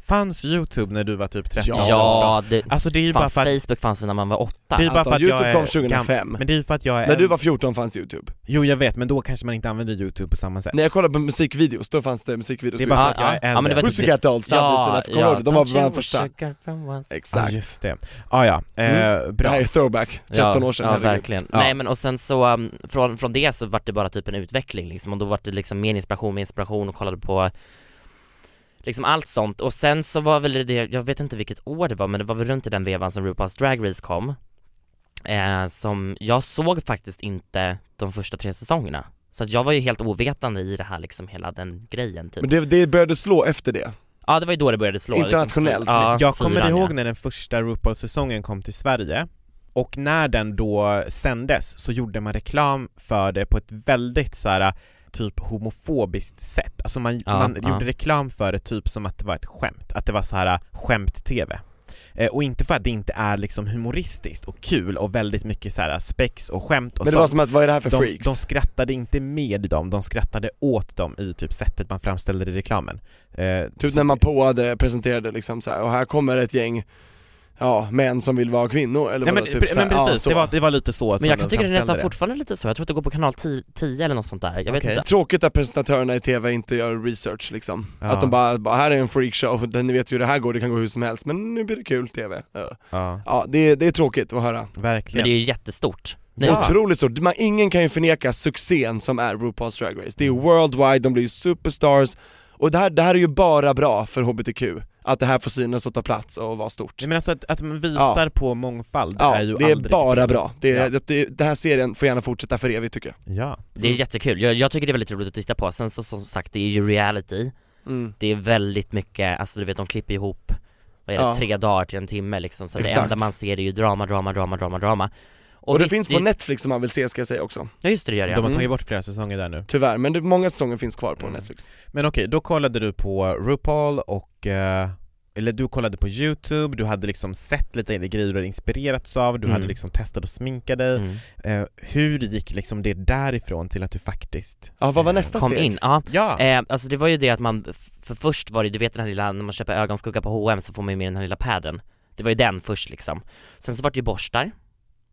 [SPEAKER 4] Fanns youtube när du var typ 13?
[SPEAKER 3] Ja.
[SPEAKER 2] Ja, det,
[SPEAKER 4] Alltså det är ju
[SPEAKER 2] fan,
[SPEAKER 4] bara för att,
[SPEAKER 2] Facebook fanns väl när man var åtta?
[SPEAKER 4] det är ju bara
[SPEAKER 3] Anton,
[SPEAKER 4] för att jag
[SPEAKER 3] Alltså,
[SPEAKER 4] är
[SPEAKER 3] Youtube kom
[SPEAKER 4] gam-
[SPEAKER 3] 2005
[SPEAKER 4] Men det är ju för att jag är
[SPEAKER 3] När du var 14 fanns youtube
[SPEAKER 4] Jo jag vet, men då kanske man inte använder youtube på samma sätt
[SPEAKER 3] När jag kollade på musikvideos, då fanns det musikvideos
[SPEAKER 4] Det är
[SPEAKER 3] på
[SPEAKER 4] bara
[SPEAKER 3] YouTube.
[SPEAKER 4] för att jag är äldre.
[SPEAKER 2] men det var typ det.
[SPEAKER 3] Pussycat Dolls hade sina, kommer du ihåg det? de var
[SPEAKER 2] Don't
[SPEAKER 3] bland de
[SPEAKER 2] you
[SPEAKER 3] första
[SPEAKER 2] sugar from us.
[SPEAKER 4] Ja
[SPEAKER 3] Exakt,
[SPEAKER 4] just det. Ah, ja, eh,
[SPEAKER 3] det
[SPEAKER 4] bra.
[SPEAKER 3] här är throwback, 13 år sedan
[SPEAKER 2] Ja, ja
[SPEAKER 3] herregud.
[SPEAKER 2] verkligen.
[SPEAKER 4] Ja.
[SPEAKER 2] Nej men och sen så, um, från, från det så vart det bara typ en utveckling liksom och då vart det liksom mer inspiration, mer inspiration och kollade på liksom allt sånt och sen så var väl det, jag vet inte vilket år det var men det var väl runt i den vevan som RuPaul's Drag Race kom eh, som, jag såg faktiskt inte de första tre säsongerna så att jag var ju helt ovetande i det här liksom, hela den grejen typ
[SPEAKER 3] Men det, det började slå efter det
[SPEAKER 2] Ja det var ju då det började slå
[SPEAKER 3] Internationellt.
[SPEAKER 2] Liksom, ja,
[SPEAKER 4] jag kommer
[SPEAKER 2] fyran, ja.
[SPEAKER 4] ihåg när den första RuPaul-säsongen kom till Sverige och när den då sändes så gjorde man reklam för det på ett väldigt så här typ homofobiskt sätt. Alltså man,
[SPEAKER 2] Ja,
[SPEAKER 4] man
[SPEAKER 2] ja.
[SPEAKER 4] gjorde reklam för det typ som att det var ett skämt, att det var så här äh, skämt-tv. Eh, och inte för att det inte är liksom humoristiskt och kul och väldigt mycket så här äh, spex och skämt och
[SPEAKER 3] Men det var
[SPEAKER 4] sånt.
[SPEAKER 3] som att, vad är det här för
[SPEAKER 4] De,
[SPEAKER 3] freaks?
[SPEAKER 4] de skrattade inte med dem, de skrattade åt dem i typ sättet man framställde det i reklamen. Eh,
[SPEAKER 3] Typ
[SPEAKER 4] så-
[SPEAKER 3] när man påade, presenterade liksom så här, och här kommer ett gäng, ja, män som vill vara kvinnor eller
[SPEAKER 4] Nej, men,
[SPEAKER 3] vadå, typ
[SPEAKER 4] pre-
[SPEAKER 3] så här,
[SPEAKER 4] men precis,
[SPEAKER 3] ja,
[SPEAKER 4] det,
[SPEAKER 3] så.
[SPEAKER 4] var, det var lite så som
[SPEAKER 2] Men jag
[SPEAKER 4] de
[SPEAKER 2] kan tycka det är
[SPEAKER 4] framställde
[SPEAKER 2] nästan fortfarande lite så, jag tror att det går på kanal 10, 10 eller något sånt där, jag vet
[SPEAKER 4] Okej.
[SPEAKER 2] inte
[SPEAKER 3] Tråkigt att presentatörerna i TV inte gör research liksom.
[SPEAKER 4] Ja.
[SPEAKER 3] Att de bara, bara, här är en freakshow, den- ni vet ju hur det här går, det kan gå hur som helst, men nu blir det kul TV. Ja,
[SPEAKER 4] Ja,
[SPEAKER 3] ja det, det är tråkigt att höra.
[SPEAKER 2] Men
[SPEAKER 4] verkligen.
[SPEAKER 2] det är ju jättestort Nej,
[SPEAKER 4] Ja.
[SPEAKER 3] Otroligt stort, man, ingen kan ju förneka succén som är RuPaul's Drag Race. Det är worldwide, de blir ju superstars, och det här, det här är ju bara bra för HBTQ, att det här får synas och ta plats och vara stort.
[SPEAKER 4] Nej, men alltså att, att man visar på mångfald
[SPEAKER 3] Ja,
[SPEAKER 4] är ju
[SPEAKER 3] det är
[SPEAKER 4] aldrig
[SPEAKER 3] bara bra. Det är,
[SPEAKER 4] Ja.
[SPEAKER 3] det, den här serien får gärna fortsätta för evigt tycker jag.
[SPEAKER 4] Ja.
[SPEAKER 2] det är jättekul, jag, jag tycker det är väldigt roligt att titta på, sen så som sagt det är ju reality
[SPEAKER 3] Mm.
[SPEAKER 2] Det är väldigt mycket, alltså du vet de klipper ihop, vad är det,
[SPEAKER 3] Ja.
[SPEAKER 2] tre dagar till en timme liksom Så det
[SPEAKER 3] Exakt.
[SPEAKER 2] enda man ser är ju drama, drama, drama, drama, drama
[SPEAKER 3] Och, det
[SPEAKER 2] visst,
[SPEAKER 3] finns på Netflix som man vill se ska jag säga också,
[SPEAKER 2] Ja just det, det gör
[SPEAKER 4] De
[SPEAKER 2] det
[SPEAKER 4] har
[SPEAKER 2] ja.
[SPEAKER 3] Mm.
[SPEAKER 4] tagit bort flera säsonger där nu.
[SPEAKER 3] tyvärr, men det, många säsonger finns kvar på
[SPEAKER 4] Mm.
[SPEAKER 3] Netflix
[SPEAKER 4] Men okej, då kollade du på RuPaul och eh, eller du kollade på YouTube, du hade liksom sett lite grejer du hade inspirerats av, du
[SPEAKER 2] Mm.
[SPEAKER 4] hade liksom testat att sminka dig.
[SPEAKER 2] Mm.
[SPEAKER 4] Eh, hur gick liksom det därifrån till att du faktiskt...
[SPEAKER 3] Ja vad var
[SPEAKER 4] eh,
[SPEAKER 3] nästa
[SPEAKER 2] Kom
[SPEAKER 3] steg?
[SPEAKER 2] in, ja
[SPEAKER 4] Ja!
[SPEAKER 2] Eh, alltså det var ju det att man, f- för först var det du vet den här lilla, när man köper ögonskugga på H&M så får man ju med den här lilla padden Det var ju den först liksom Sen så vart det ju borstar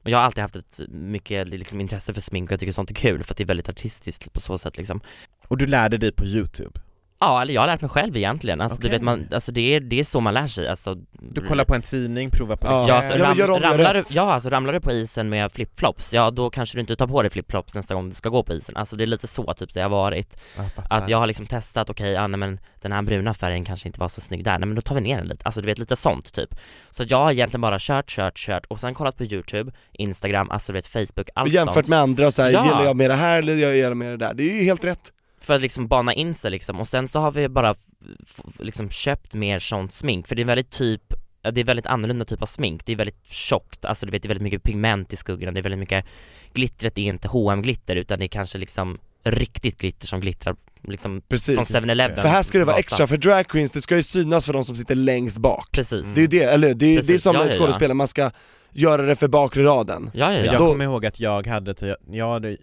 [SPEAKER 2] Och jag har alltid haft ett mycket liksom, intresse för smink och jag tycker sånt är kul för att det är väldigt artistiskt på så sätt liksom
[SPEAKER 4] Och du lärde dig på YouTube.
[SPEAKER 2] Ja eller jag har lärt mig själv egentligen, alltså
[SPEAKER 4] Okej.
[SPEAKER 2] du vet man, alltså det är, det är så man lär sig alltså
[SPEAKER 4] Du kollar på en tidning, provar på
[SPEAKER 3] Ja.
[SPEAKER 4] det.
[SPEAKER 2] Ja, alltså,
[SPEAKER 3] men
[SPEAKER 2] ram,
[SPEAKER 3] gör om, gör
[SPEAKER 2] ramlar, du,
[SPEAKER 3] rätt.
[SPEAKER 2] ja, alltså ramlar du på isen med flipflops, ja då kanske du inte tar på dig flipflops nästa gång du ska gå på isen Alltså det är lite så typ det har varit
[SPEAKER 4] jag fattar.
[SPEAKER 2] Att jag har liksom testat, okej, ja, nej, men den här bruna färgen kanske inte var så snygg där, nej men då tar vi ner den lite, alltså du vet lite sånt typ Så jag har egentligen bara kört, kört, kört och sen kollat på youtube, instagram, alltså du vet facebook,
[SPEAKER 3] Och
[SPEAKER 2] allt
[SPEAKER 3] Jämfört
[SPEAKER 2] sånt
[SPEAKER 3] med andra, så här,
[SPEAKER 2] Ja.
[SPEAKER 3] gillar jag mer det här eller jag gillar mer det där? Det är ju helt rätt
[SPEAKER 2] För att liksom bana in sig liksom, och sen så har vi bara f- f- liksom köpt mer sånt smink, för det är väldigt typ ja, det är väldigt annorlunda typ av smink, det är väldigt tjockt, alltså du vet det är väldigt mycket pigment i skuggorna, det är väldigt mycket Glittret är inte hm glitter utan det är kanske liksom riktigt glitter som glittrar liksom från
[SPEAKER 3] Precis
[SPEAKER 2] 7-Eleven
[SPEAKER 3] För här ska det vara
[SPEAKER 2] gatan.
[SPEAKER 3] extra, för drag queens, det ska ju synas för de som sitter längst bak
[SPEAKER 2] Precis
[SPEAKER 3] Det är ju det, eller det, är- det är
[SPEAKER 2] Precis,
[SPEAKER 3] som
[SPEAKER 2] ja,
[SPEAKER 3] en
[SPEAKER 2] ja, ja.
[SPEAKER 3] skådespelare, man ska göra det för bakre raden
[SPEAKER 2] Ja, ja,
[SPEAKER 4] Men
[SPEAKER 2] ja.
[SPEAKER 4] jag
[SPEAKER 3] Då-
[SPEAKER 4] kommer ihåg att jag hade, till, jag det, eh,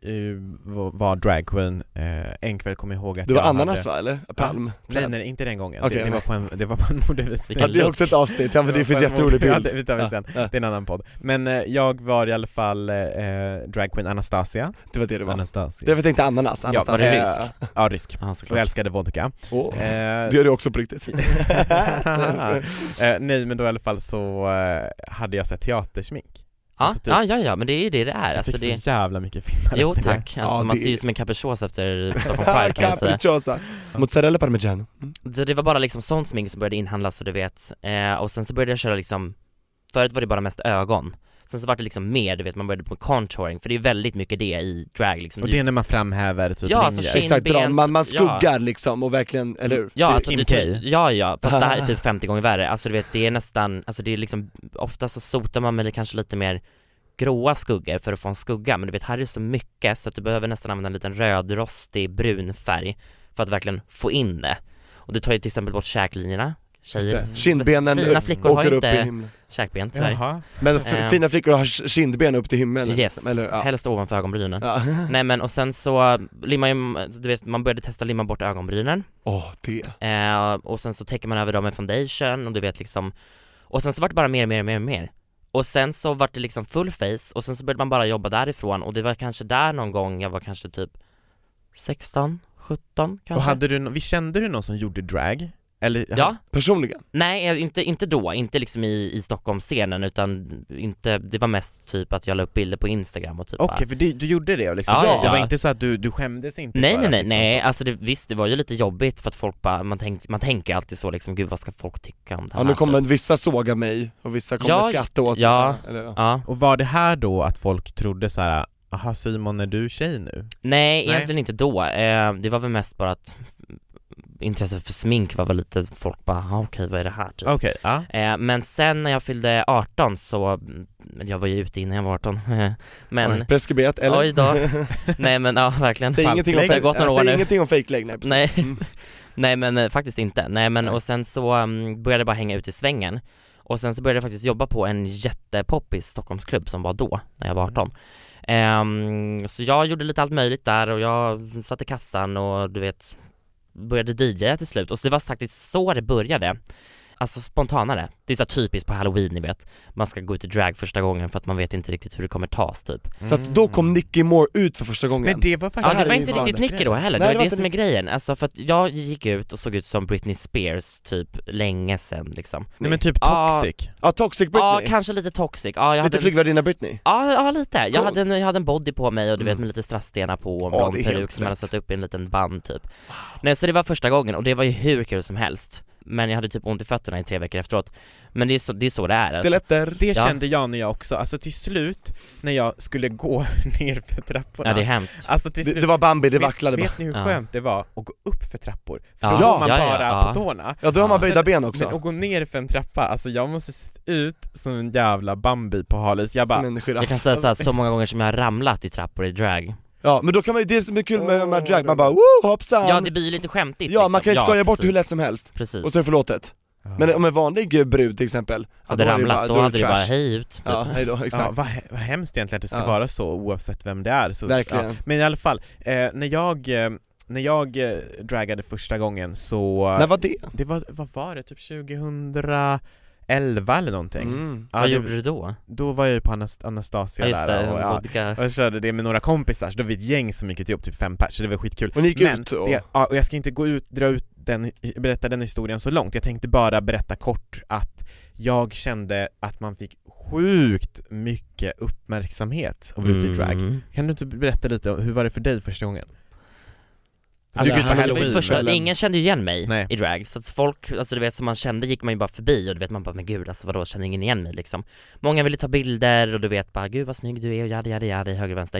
[SPEAKER 4] var- var dragqueen, eh, en kväll kommer jag ihåg att
[SPEAKER 3] Det var
[SPEAKER 4] jag
[SPEAKER 3] ananas
[SPEAKER 4] hade,
[SPEAKER 3] va eller? Palm?
[SPEAKER 4] Nej nej, inte den gången.
[SPEAKER 3] Okej,
[SPEAKER 4] det, det, var på en, det var på en modevisning.
[SPEAKER 3] Ja, det är också ett avsnitt, ja men det finns
[SPEAKER 4] var på en
[SPEAKER 3] jätterolig
[SPEAKER 4] mode-
[SPEAKER 3] bild
[SPEAKER 4] Ja, det, vi tar vi sen.
[SPEAKER 3] Ja.
[SPEAKER 4] det är en annan podd. Men eh, jag var i alla fall eh, dragqueen Anastasia.
[SPEAKER 3] Det var det det var
[SPEAKER 4] Anastasia.
[SPEAKER 3] Därför tänkte jag ananas,
[SPEAKER 4] Ja,
[SPEAKER 3] ananas
[SPEAKER 4] var det
[SPEAKER 3] Eh,
[SPEAKER 4] rysk? Ja, rysk.
[SPEAKER 2] Ja,
[SPEAKER 4] Och jag
[SPEAKER 2] såklart.
[SPEAKER 4] älskade vodka.
[SPEAKER 3] åh.
[SPEAKER 4] Eh,
[SPEAKER 3] Det gör du också på riktigt
[SPEAKER 4] eh, nej men då i alla fall så eh, hade jag sett teatersmink.
[SPEAKER 2] Ja,
[SPEAKER 4] Alltså, typ-
[SPEAKER 2] ja, ja, ja, men det är ju det det är.
[SPEAKER 4] Jag
[SPEAKER 2] Alltså,
[SPEAKER 4] fick
[SPEAKER 2] det...
[SPEAKER 4] så jävla mycket finnar
[SPEAKER 2] Jo
[SPEAKER 4] efter det.
[SPEAKER 2] tack, alltså,
[SPEAKER 3] Ja,
[SPEAKER 2] man
[SPEAKER 3] det-
[SPEAKER 2] ser ju som en capricciosa efter Stockholm Pride kan jag säga.
[SPEAKER 3] Capricciosa, mozzarella parmigiano
[SPEAKER 2] Så det var bara liksom sånt smink som började inhandlas så du vet, eh, och sen så började jag köra liksom, förut var det bara mest ögon. Sen så var det liksom mer, du vet man började på contouring, för det är väldigt mycket det i drag liksom.
[SPEAKER 4] Och det är när man framhäver typ
[SPEAKER 2] Ja, alltså,
[SPEAKER 4] linjer.
[SPEAKER 2] tjej-
[SPEAKER 3] Exakt, dra-
[SPEAKER 2] Kindben,
[SPEAKER 3] man, man
[SPEAKER 2] ja.
[SPEAKER 3] skuggar liksom och verkligen, eller hur?
[SPEAKER 2] Ja,
[SPEAKER 4] Du,
[SPEAKER 2] alltså,
[SPEAKER 4] Kim
[SPEAKER 2] det,
[SPEAKER 4] K.
[SPEAKER 2] ja, ja, fast det här är typ 50 gånger värre. Alltså du vet, det är nästan, alltså det är liksom, ofta så sotar man med kanske lite mer gråa skuggor för att få en skugga, men du vet här är det så mycket så att du behöver nästan använda en liten rödrostig brun färg för att verkligen få in det. Och du tar ju till exempel bort käklinjerna, tjejer,
[SPEAKER 3] Just det. Kindbenen
[SPEAKER 2] fina
[SPEAKER 3] upp-
[SPEAKER 2] flickor har
[SPEAKER 3] åker
[SPEAKER 2] ju
[SPEAKER 3] upp i
[SPEAKER 2] inte
[SPEAKER 3] himlen
[SPEAKER 2] käkben tyvärr.
[SPEAKER 4] Jaha.
[SPEAKER 3] Men f-
[SPEAKER 2] Eh.
[SPEAKER 3] fina flickor har k- kindben upp till himlen
[SPEAKER 2] Yes,
[SPEAKER 3] eller, hur? ja.
[SPEAKER 2] helst ovanför ögonbrynen.
[SPEAKER 3] Ja.
[SPEAKER 2] Nej men och sen så eh, limmar ju, du vet man började testa limma bort ögonbrynen
[SPEAKER 3] Åh, det
[SPEAKER 2] Eh, och sen så täcker man över dem med foundation och du vet liksom Och sen så vart det bara mer, mer, mer, mer Och sen så vart det liksom full face och sen så började man bara jobba därifrån och det var kanske där någon gång jag var kanske typ 16, 17 kanske
[SPEAKER 4] Och hade du, nå- vi kände du någon som gjorde drag? Eller,
[SPEAKER 2] Ja,
[SPEAKER 3] Personligen?
[SPEAKER 2] nej eh, inte, inte då, inte liksom i, i Stockholmsscenen utan inte, det var mest typ att jag la upp bilder på Instagram och typ
[SPEAKER 4] Okej,
[SPEAKER 2] bara-
[SPEAKER 4] för du, du gjorde det liksom?
[SPEAKER 2] Ja,
[SPEAKER 4] det
[SPEAKER 2] ja, ja.
[SPEAKER 4] var inte så att du, du skämdes inte
[SPEAKER 2] Nej
[SPEAKER 4] för
[SPEAKER 2] nej
[SPEAKER 4] att
[SPEAKER 2] nej,
[SPEAKER 4] liksom
[SPEAKER 2] nej.
[SPEAKER 4] så-
[SPEAKER 2] alltså det, visst det var ju lite jobbigt för att folk bara, man, tänk, man tänker alltid så liksom, gud vad ska folk tycka om det
[SPEAKER 3] Ja
[SPEAKER 2] här?
[SPEAKER 3] nu kommer
[SPEAKER 2] typ.
[SPEAKER 3] vissa såga mig och vissa kommer
[SPEAKER 2] Ja,
[SPEAKER 3] skratta åt
[SPEAKER 2] ja.
[SPEAKER 3] mig eller, ja.
[SPEAKER 2] Ja,
[SPEAKER 4] Och var det här då att folk trodde så här: aha Simon är du tjej nu?
[SPEAKER 2] Nej,
[SPEAKER 4] Nej.
[SPEAKER 2] egentligen inte då. Eh, det var väl mest bara att intresse för smink var väl lite, folk bara, ah, okej vad är det här typ.
[SPEAKER 4] Okej, ja.
[SPEAKER 2] Eh, men sen när jag fyllde 18 så, mm, jag var ju ute innan jag var 18, men
[SPEAKER 3] Oj, preskriberat eller?
[SPEAKER 2] Oj då. Nej men ja verkligen.
[SPEAKER 3] Säg ingenting om
[SPEAKER 2] Det har gått några
[SPEAKER 3] fake-
[SPEAKER 2] år
[SPEAKER 3] säg
[SPEAKER 2] nu.
[SPEAKER 3] ingenting om fejklägg, nej precis.
[SPEAKER 2] Nej. Nej men eh, faktiskt inte. Nej men och sen så um, började jag bara hänga ut i svängen. Och sen så började jag faktiskt jobba på en jättepoppis Stockholmsklubb som var då, när jag var 18. Ehm, så jag gjorde lite allt möjligt där och jag satt i kassan och du vet började DJa till slut. Och så det var faktiskt så det började. Alltså spontanare. Det är så här typiskt på halloween ni vet. Man ska gå ut i drag första gången för att man vet inte riktigt hur det kommer tas typ.
[SPEAKER 3] Så att då kom Nicky Moore ut för första gången.
[SPEAKER 4] Mm. Men det var
[SPEAKER 2] Ja
[SPEAKER 4] faktiskt...
[SPEAKER 2] det
[SPEAKER 3] här
[SPEAKER 2] var
[SPEAKER 3] är
[SPEAKER 2] inte
[SPEAKER 3] ju
[SPEAKER 2] riktigt
[SPEAKER 4] vanligt.
[SPEAKER 2] Nicky då heller,
[SPEAKER 3] Nej,
[SPEAKER 2] det
[SPEAKER 3] det
[SPEAKER 2] var
[SPEAKER 3] var
[SPEAKER 2] det som är
[SPEAKER 3] inte
[SPEAKER 2] grejen. Alltså för att jag gick ut och såg ut som Britney Spears typ länge sen liksom.
[SPEAKER 4] Nej men typ
[SPEAKER 2] Ah.
[SPEAKER 4] toxic.
[SPEAKER 3] Ja, Toxic Britney.
[SPEAKER 2] Ja kanske lite toxic, ja jag hade
[SPEAKER 3] Lite flygvärdinna Britney.
[SPEAKER 2] Ja, ja lite. Jag
[SPEAKER 3] Coolt.
[SPEAKER 2] hade, en, jag hade en body på mig och du vet
[SPEAKER 3] Mm.
[SPEAKER 2] med lite strassstenar på och en
[SPEAKER 3] Ja,
[SPEAKER 2] blond
[SPEAKER 3] det är helt
[SPEAKER 2] peruk som jag hade
[SPEAKER 3] rätt.
[SPEAKER 2] satt upp i en liten band typ. Nej så det var första gången och det var ju hur kul som helst. Men jag hade typ ont i fötterna i tre veckor efteråt. Men det är så det, är så det är alltså.
[SPEAKER 3] Stiletter.
[SPEAKER 4] Det
[SPEAKER 2] Ja.
[SPEAKER 4] kände jag när jag också, alltså till slut när jag skulle gå ner för trapporna.
[SPEAKER 2] Ja det är hemskt.
[SPEAKER 4] Alltså till
[SPEAKER 3] Det,
[SPEAKER 4] slut,
[SPEAKER 3] det var Bambi, det vacklade
[SPEAKER 4] vet,
[SPEAKER 3] bara.
[SPEAKER 4] vet ni hur
[SPEAKER 2] Ja.
[SPEAKER 4] skönt det var att gå upp för trappor? För
[SPEAKER 2] Ja.
[SPEAKER 4] då går man
[SPEAKER 2] Ja, ja,
[SPEAKER 4] bara
[SPEAKER 2] ja.
[SPEAKER 4] på tårna.
[SPEAKER 3] Ja, då har man böjda ben
[SPEAKER 4] Men
[SPEAKER 3] också.
[SPEAKER 4] att gå ner för en trappa, alltså jag måste se ut som en jävla Bambi på halis. Jag bara,
[SPEAKER 3] Som en
[SPEAKER 2] Jag
[SPEAKER 3] giraff.
[SPEAKER 2] kan säga så, här, så många gånger som jag har ramlat i trappor i drag.
[SPEAKER 3] Ja, men då kan man ju, det som är kul med de här
[SPEAKER 4] Åh,
[SPEAKER 3] drag, man bara
[SPEAKER 4] vad
[SPEAKER 3] woo, hoppsan!
[SPEAKER 2] Ja det blir ju lite skämtigt
[SPEAKER 3] Ja, man
[SPEAKER 2] liksom.
[SPEAKER 3] kan ju skoja bort hur
[SPEAKER 2] precis.
[SPEAKER 3] lätt som helst.
[SPEAKER 2] Precis.
[SPEAKER 3] Och så är det förlåtet. Men om en vanlig brud till exempel, ja,
[SPEAKER 2] hade
[SPEAKER 3] då är det
[SPEAKER 2] ramlat,
[SPEAKER 3] bara-
[SPEAKER 2] då,
[SPEAKER 3] är
[SPEAKER 2] hade det
[SPEAKER 3] trash.
[SPEAKER 2] bara hej ut typ.
[SPEAKER 3] Ja, hej då,
[SPEAKER 4] ja,
[SPEAKER 3] exakt.
[SPEAKER 4] vad, he- vad hemskt egentligen att det ska
[SPEAKER 3] Ja.
[SPEAKER 4] vara så oavsett vem det är. Så,
[SPEAKER 3] Verkligen.
[SPEAKER 4] Ja. Men i alla fall, eh, när jag, eh, när jag eh, dragade första gången så...
[SPEAKER 3] När var det?
[SPEAKER 4] Det var, vad var det? Typ 2011 eller någonting?
[SPEAKER 3] Mm.
[SPEAKER 4] Ja,
[SPEAKER 2] Vad
[SPEAKER 4] det-
[SPEAKER 2] gjorde du då?
[SPEAKER 4] Då var jag ju på Anas- Anastasia
[SPEAKER 2] Ja just
[SPEAKER 4] där
[SPEAKER 2] det,
[SPEAKER 4] och, ja,
[SPEAKER 2] vodka.
[SPEAKER 4] och jag körde det med några kompisar, så då var vi ett gäng som gick ut ihop, typ fem pers, så det var skitkul
[SPEAKER 3] Och ni gick
[SPEAKER 4] Men
[SPEAKER 3] ut och...
[SPEAKER 4] det, ja, och jag ska inte gå ut, dra ut den, berätta den historien så långt, jag tänkte bara berätta kort att jag kände att man fick sjukt mycket uppmärksamhet av att vara ute i drag.
[SPEAKER 2] Mm.
[SPEAKER 4] Kan du inte berätta lite, om- hur var det för dig första gången? Du
[SPEAKER 3] Typ
[SPEAKER 2] Alltså,
[SPEAKER 4] gick ut på
[SPEAKER 2] det var
[SPEAKER 4] halloween
[SPEAKER 2] första,
[SPEAKER 4] eller?
[SPEAKER 2] ingen kände ju igen mig
[SPEAKER 4] Nej.
[SPEAKER 2] i drag, så att folk, alltså du vet som man kände gick man ju bara förbi och du vet man bara men gud alltså vadå känner ingen igen mig liksom Många ville ta bilder och du vet bara gud vad snygg du är och yada yada yada i höger och vänster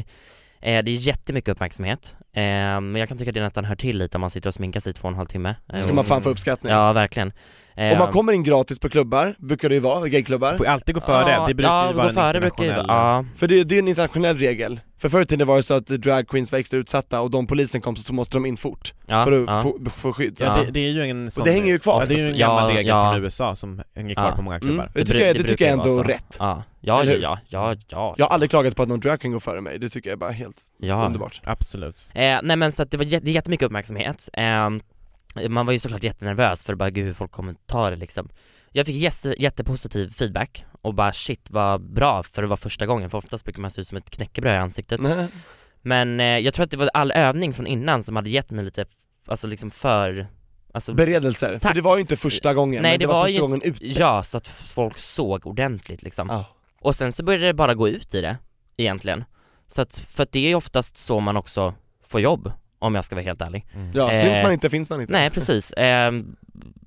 [SPEAKER 2] eh, Det är jättemycket uppmärksamhet, eh, men jag kan tycka det nästan hör till lite om man sitter och sminkar sig i två och en halv timme Eh,
[SPEAKER 3] Ska man fan få uppskattning.
[SPEAKER 2] Ja verkligen eh,
[SPEAKER 3] Om man kommer in gratis på klubbar, brukar det ju vara, gayklubbar.
[SPEAKER 4] Får alltid gå före,
[SPEAKER 2] ja,
[SPEAKER 4] det brukar
[SPEAKER 2] ja,
[SPEAKER 4] ju vara
[SPEAKER 2] gå före
[SPEAKER 4] en
[SPEAKER 2] brukar ju-
[SPEAKER 4] internationell...
[SPEAKER 2] Ja,
[SPEAKER 3] För det, det är en internationell regel. För förr i tiden var det så att drag queens var extra utsatta och de polisen kom så måste de in fort
[SPEAKER 2] ja,
[SPEAKER 3] för att
[SPEAKER 2] ja.
[SPEAKER 3] få, få skydd.
[SPEAKER 4] Ja,
[SPEAKER 2] Ja.
[SPEAKER 4] det, det är ju en sån...
[SPEAKER 3] det hänger ju kvar.
[SPEAKER 4] Ja, det är ju en
[SPEAKER 2] Ja,
[SPEAKER 4] gammal regel
[SPEAKER 2] ja.
[SPEAKER 4] från USA som hänger kvar
[SPEAKER 2] Ja.
[SPEAKER 4] på många klubbar.
[SPEAKER 3] Mm. Det,
[SPEAKER 2] Det
[SPEAKER 3] tycker jag,
[SPEAKER 2] bru-
[SPEAKER 3] det
[SPEAKER 2] det
[SPEAKER 3] tycker jag
[SPEAKER 2] brukar ju
[SPEAKER 3] ändå är
[SPEAKER 2] vara så.
[SPEAKER 3] rätt.
[SPEAKER 2] Ja, ja,
[SPEAKER 3] Eller
[SPEAKER 2] ja,
[SPEAKER 3] hur?
[SPEAKER 2] ja, ja, ja,
[SPEAKER 3] Jag har aldrig klagat på att någon drag kan gå före mig, det tycker jag är bara helt
[SPEAKER 2] ja.
[SPEAKER 3] underbart.
[SPEAKER 4] Absolut.
[SPEAKER 2] Eh, nej men så att det var jä- det är jättemycket uppmärksamhet. Eh, man var ju såklart jättenervös för bara gud hur folk kommer ta det liksom. Jag fick jätte, jättepositiv feedback och bara shit vad bra för det var första gången för oftast brukar man se ut som ett knäckebröd i ansiktet.
[SPEAKER 3] Nej.
[SPEAKER 2] Men eh, jag tror att det var all övning från innan som hade gett mig lite, alltså liksom för, alltså
[SPEAKER 3] Beredelser, för
[SPEAKER 2] Tack.
[SPEAKER 3] det var ju inte första gången,
[SPEAKER 2] Nej,
[SPEAKER 3] men det,
[SPEAKER 2] det
[SPEAKER 3] var,
[SPEAKER 2] var
[SPEAKER 3] första
[SPEAKER 2] ju-
[SPEAKER 3] gången ut.
[SPEAKER 2] ja så att f- folk såg ordentligt liksom.
[SPEAKER 3] Ja.
[SPEAKER 2] Och sen så började det bara gå ut i det, egentligen. Så att, för att det är ju oftast så man också får jobb, om jag ska vara helt ärlig.
[SPEAKER 4] Mm.
[SPEAKER 3] Ja,
[SPEAKER 2] Eh,
[SPEAKER 3] syns man inte finns man inte.
[SPEAKER 2] Nej precis, Ehm,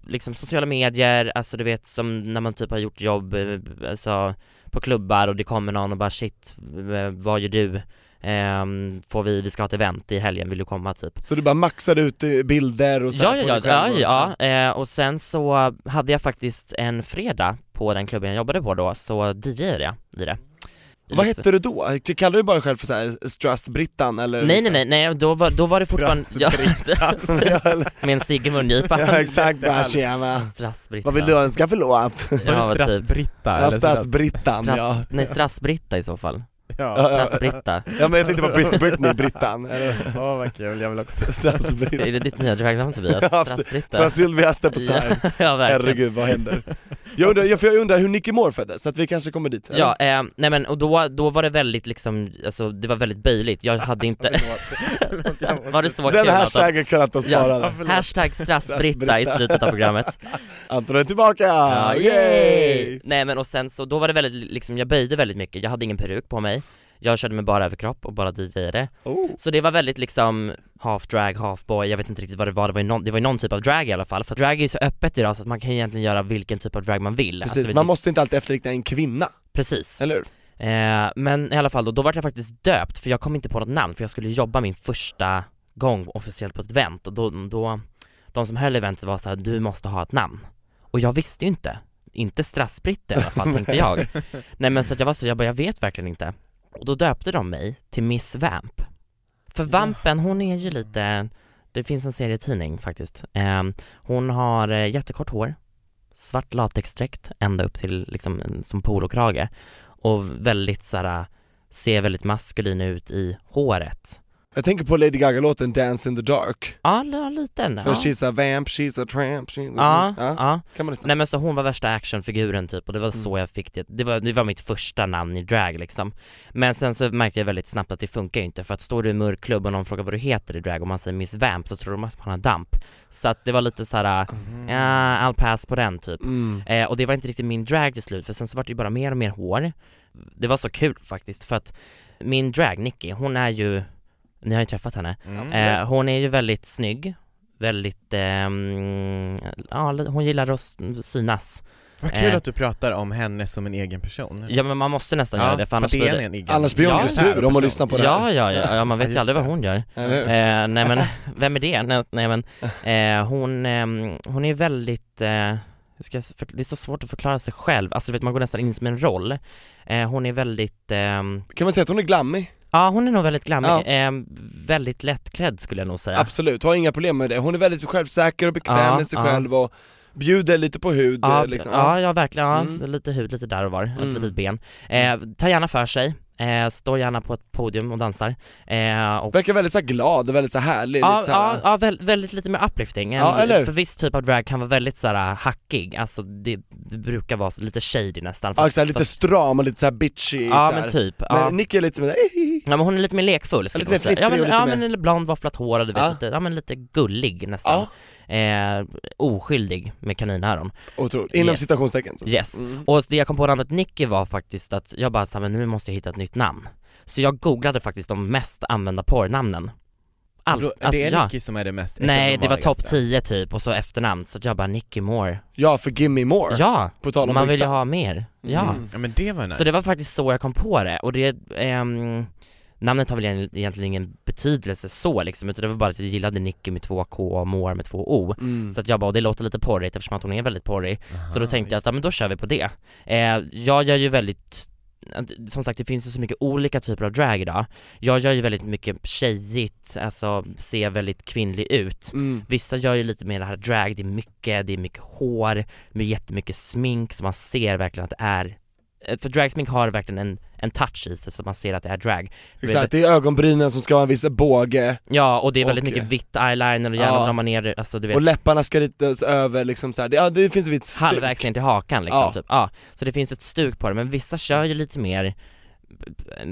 [SPEAKER 2] liksom sociala medier, alltså du vet som när man typ har gjort jobb eh, alltså, på klubbar och det kommer någon och bara shit, eh, vad gör du? Ehm, får vi, vi ska ha ett event i helgen, vill du komma typ?
[SPEAKER 3] Så du bara maxade ut eh, bilder och så
[SPEAKER 2] Ja
[SPEAKER 3] här
[SPEAKER 2] ja
[SPEAKER 3] på
[SPEAKER 2] ja,
[SPEAKER 3] dig
[SPEAKER 2] ja,
[SPEAKER 3] själv och-
[SPEAKER 2] ja. Eh, och sen så hade jag faktiskt en fredag på den klubben jag jobbade på då, så DJade jag i det
[SPEAKER 3] Vad hette du då? Kallar du bara dig själv för så här Strass-Brittan eller?
[SPEAKER 2] Nej nej nej, nej då, var, då var det fortfarande, ja,
[SPEAKER 3] nej.
[SPEAKER 2] med en cigg i mungipan
[SPEAKER 3] ja exakt, bara tjena.
[SPEAKER 2] Strassbritta
[SPEAKER 3] Vad vill du önska för låt?
[SPEAKER 4] Sa du
[SPEAKER 2] Ja, typ.
[SPEAKER 4] strassbritta?
[SPEAKER 3] Ja,
[SPEAKER 4] eller strass-
[SPEAKER 3] Strass-Brittan ja.
[SPEAKER 2] Strass, nej strassbritta i så fall,
[SPEAKER 4] Ja,
[SPEAKER 3] Ja, ja.
[SPEAKER 2] strassbritta
[SPEAKER 3] ja men jag tänkte på Brit- Britney, Brittan. eller?
[SPEAKER 4] åh vad kul, jag vill också
[SPEAKER 2] Är
[SPEAKER 3] Strass-Brittan.
[SPEAKER 2] det ditt nya dragnamn Tobias?
[SPEAKER 3] Ja,
[SPEAKER 2] Strassbritta?
[SPEAKER 3] Strass Sylvia Stepasar.
[SPEAKER 2] ja verkligen
[SPEAKER 3] Herregud vad händer? Jag undrar, jag, för jag undrar hur Nicky Moore föddes, så att vi kanske kommer dit eller?
[SPEAKER 2] Ja, eh, nej men och då, då var det väldigt liksom, alltså det var väldigt böjligt, jag hade inte, var det så
[SPEAKER 3] Den
[SPEAKER 2] kul Anton?
[SPEAKER 3] hashtaggen kunde inte
[SPEAKER 2] Ja,
[SPEAKER 3] spara den.
[SPEAKER 4] förlåt.
[SPEAKER 2] Hashtag strassbritta i
[SPEAKER 3] Strassbritta. Ah,
[SPEAKER 2] slutet av programmet
[SPEAKER 3] Anton är tillbaka!
[SPEAKER 2] Ja,
[SPEAKER 3] Yay!
[SPEAKER 2] Nej men och sen så, då var det väldigt liksom, jag böjde väldigt mycket, jag hade ingen peruk på mig Jag körde med bara överkropp och bara DJade
[SPEAKER 3] Oh.
[SPEAKER 2] Så det var väldigt liksom half drag, half boy, jag vet inte riktigt vad det var, det var ju någon, det var ju någon typ av drag i alla fall För drag är ju så öppet idag så att man kan ju egentligen göra vilken typ av drag man vill Alltså,
[SPEAKER 3] Precis,
[SPEAKER 2] vet
[SPEAKER 3] man
[SPEAKER 2] ni-
[SPEAKER 3] måste inte alltid efterlikna en kvinna,
[SPEAKER 2] Precis
[SPEAKER 3] eller hur?
[SPEAKER 2] eh, Men i alla fall då, då var jag faktiskt döpt för jag kom inte på något namn för jag skulle jobba min första gång officiellt på ett event och då, då de som höll eventet var så här, du måste ha ett namn. Och jag visste ju inte, inte strassbritt i alla fall tänkte jag. Nej men så att jag var så, jag bara, jag vet verkligen inte. Och då döpte de mig till Miss Vamp. För Vampen, hon är ju lite, det finns en serietidning faktiskt. Eh, hon har eh, jättekort hår, svart latexdräkt ända upp till liksom en- som polokrage och väldigt såhär, ser väldigt maskulin ut i håret.
[SPEAKER 3] Jag tänker på Lady Gaga-låten 'Dance in the Dark'
[SPEAKER 2] Ja, li- lite ändå.
[SPEAKER 3] För she's a vamp, she's a tramp, she's
[SPEAKER 2] Ja,
[SPEAKER 3] Mm. ja.
[SPEAKER 2] ja.
[SPEAKER 3] Kan man lyssna?
[SPEAKER 2] Nej men så hon var värsta actionfiguren typ och det var så jag fick det, det var, det var mitt första namn i drag liksom Men sen så märkte jag väldigt snabbt att det funkar ju inte för att står du i en mörk klubb och någon frågar vad du heter i drag och man säger Miss Vamp så tror de att man har damp Så att det var lite såhär, ja, I'll pass på den typ
[SPEAKER 3] Mm.
[SPEAKER 2] Eh, och det var inte riktigt min drag till slut för sen så var det ju bara mer och mer hår Det var så kul faktiskt för att min drag Nicky, hon är ju, ni har ju träffat henne,
[SPEAKER 4] Mm.
[SPEAKER 2] eh, hon är ju väldigt snygg Väldigt, ehm, ja li- hon gillar att s- synas
[SPEAKER 4] Vad kul
[SPEAKER 2] Eh.
[SPEAKER 4] att du pratar om henne som en egen person.
[SPEAKER 2] Ja men man måste nästan göra det för annars
[SPEAKER 4] Mm. det
[SPEAKER 2] blir
[SPEAKER 4] är
[SPEAKER 2] det
[SPEAKER 4] en egen
[SPEAKER 3] Annars blir hon
[SPEAKER 2] Ja.
[SPEAKER 3] ju sur om hon lyssnar på det här.
[SPEAKER 2] Ja, ja, ja, ja, man vet
[SPEAKER 4] Ja,
[SPEAKER 2] ju aldrig vad
[SPEAKER 4] just
[SPEAKER 2] hon gör.
[SPEAKER 3] Eller hur?
[SPEAKER 2] Eh, nej men, vem är det? Nej, nej men, eh, hon, ehm, hon är väldigt, eh, hur ska jag, s- förkla- det är så svårt att förklara sig själv, alltså du vet man går nästan in som en roll. Eh, hon är väldigt, ehm,
[SPEAKER 3] Kan man säga att hon är glammig?
[SPEAKER 2] ja hon är nog väldigt glammig,
[SPEAKER 3] Ja.
[SPEAKER 2] Ehm, väldigt lättklädd skulle jag nog säga.
[SPEAKER 3] Absolut, har inga problem med det. Hon är väldigt självsäker och bekväm
[SPEAKER 2] Ja,
[SPEAKER 3] med sig
[SPEAKER 2] ja.
[SPEAKER 3] själv och bjuder lite på hud
[SPEAKER 2] Ja,
[SPEAKER 3] eh, liksom.
[SPEAKER 2] ja, ja verkligen, ja,
[SPEAKER 3] Mm.
[SPEAKER 2] lite hud lite där och var, ett
[SPEAKER 3] Mm.
[SPEAKER 2] litet ben. Eh, tar gärna för sig, eh, står gärna på ett podium och dansar. Eh, och
[SPEAKER 3] Verkar väldigt så här glad och väldigt så här härlig,
[SPEAKER 2] Ja,
[SPEAKER 3] lite så
[SPEAKER 2] ja,
[SPEAKER 3] här,
[SPEAKER 2] ja väl, väldigt lite mer uplifting, En-
[SPEAKER 3] Ja, eller hur?
[SPEAKER 2] för viss typ av drag kan vara väldigt så här hackig, alltså det, det brukar vara så- lite shady nästan
[SPEAKER 3] ja, exakt, lite
[SPEAKER 2] fast-
[SPEAKER 3] stram och lite så här bitchy
[SPEAKER 2] Ja
[SPEAKER 3] så här.
[SPEAKER 2] men typ,
[SPEAKER 3] Men
[SPEAKER 2] ja.
[SPEAKER 3] Nicky är lite som en-
[SPEAKER 2] ja men hon är lite mer lekfull skulle
[SPEAKER 3] Lite
[SPEAKER 2] jag
[SPEAKER 3] mer
[SPEAKER 2] säga Ja men,
[SPEAKER 3] flittrig och
[SPEAKER 2] ja,
[SPEAKER 3] lite
[SPEAKER 2] men eller blond, våfflat hår och du vet
[SPEAKER 3] Ja.
[SPEAKER 2] lite, ja men lite gullig nästan
[SPEAKER 3] Ja,
[SPEAKER 2] eh, Oskyldig med kaninöron,
[SPEAKER 3] otroligt. Inom
[SPEAKER 2] Yes.
[SPEAKER 3] citationstecken. så.
[SPEAKER 2] yes
[SPEAKER 3] Mm.
[SPEAKER 2] Och det jag kom på namnet Nicky var faktiskt att jag bara sa men nu måste jag hitta ett nytt namn Så jag googlade faktiskt de mest använda porrnamnen Allt,
[SPEAKER 4] Då-
[SPEAKER 2] alltså
[SPEAKER 4] det är
[SPEAKER 2] ja.
[SPEAKER 4] Nicky som är det mest
[SPEAKER 2] Nej det var topp
[SPEAKER 4] ekonomiska.
[SPEAKER 2] 10 typ och så efternamn, så att jag bara Nicky Moore
[SPEAKER 3] Ja, för Gimme More,
[SPEAKER 2] Ja,
[SPEAKER 3] på tal om
[SPEAKER 2] man
[SPEAKER 3] att
[SPEAKER 2] vill ju
[SPEAKER 3] hitta.
[SPEAKER 2] ha mer, ja.
[SPEAKER 3] Mm.
[SPEAKER 4] Ja men det var nice.
[SPEAKER 2] Så det var faktiskt så jag kom på det, och det, ehm, namnet har väl egent- egentligen ingen betydelse så liksom, utan det var bara att jag gillade Nicky med två K och Moore med två O.
[SPEAKER 3] Mm.
[SPEAKER 2] Så att jag bara, och det låter lite porrigt eftersom att hon är väldigt porrig, så då
[SPEAKER 4] Aha,
[SPEAKER 2] tänkte jag att
[SPEAKER 4] Ah, just
[SPEAKER 2] ja, men då kör vi på det. Eh, jag gör ju väldigt som sagt det finns ju så mycket olika typer av drag idag. Jag gör ju väldigt mycket tjejigt, alltså ser väldigt kvinnlig ut.
[SPEAKER 3] Mm.
[SPEAKER 2] Vissa gör ju lite mer det här drag, det är mycket, det är mycket hår, med jättemycket smink så man ser verkligen att det är eh, för dragsmink har verkligen en, en touch i sig så att man ser att det är drag
[SPEAKER 3] Exakt, det är ögonbrynen som ska ha en viss båge,
[SPEAKER 2] Ja och det är väldigt
[SPEAKER 3] Och-
[SPEAKER 2] mycket vitt eyeliner och gärna
[SPEAKER 3] Ja.
[SPEAKER 2] drar man ner det, alltså du vet
[SPEAKER 3] och läpparna ska ritas över liksom så här. Det, ja, det finns ett visst stuk.
[SPEAKER 2] halvvägs ner till hakan liksom
[SPEAKER 3] Ja.
[SPEAKER 2] typ, ja Så det finns ett stuk på det, men vissa kör ju lite mer eh,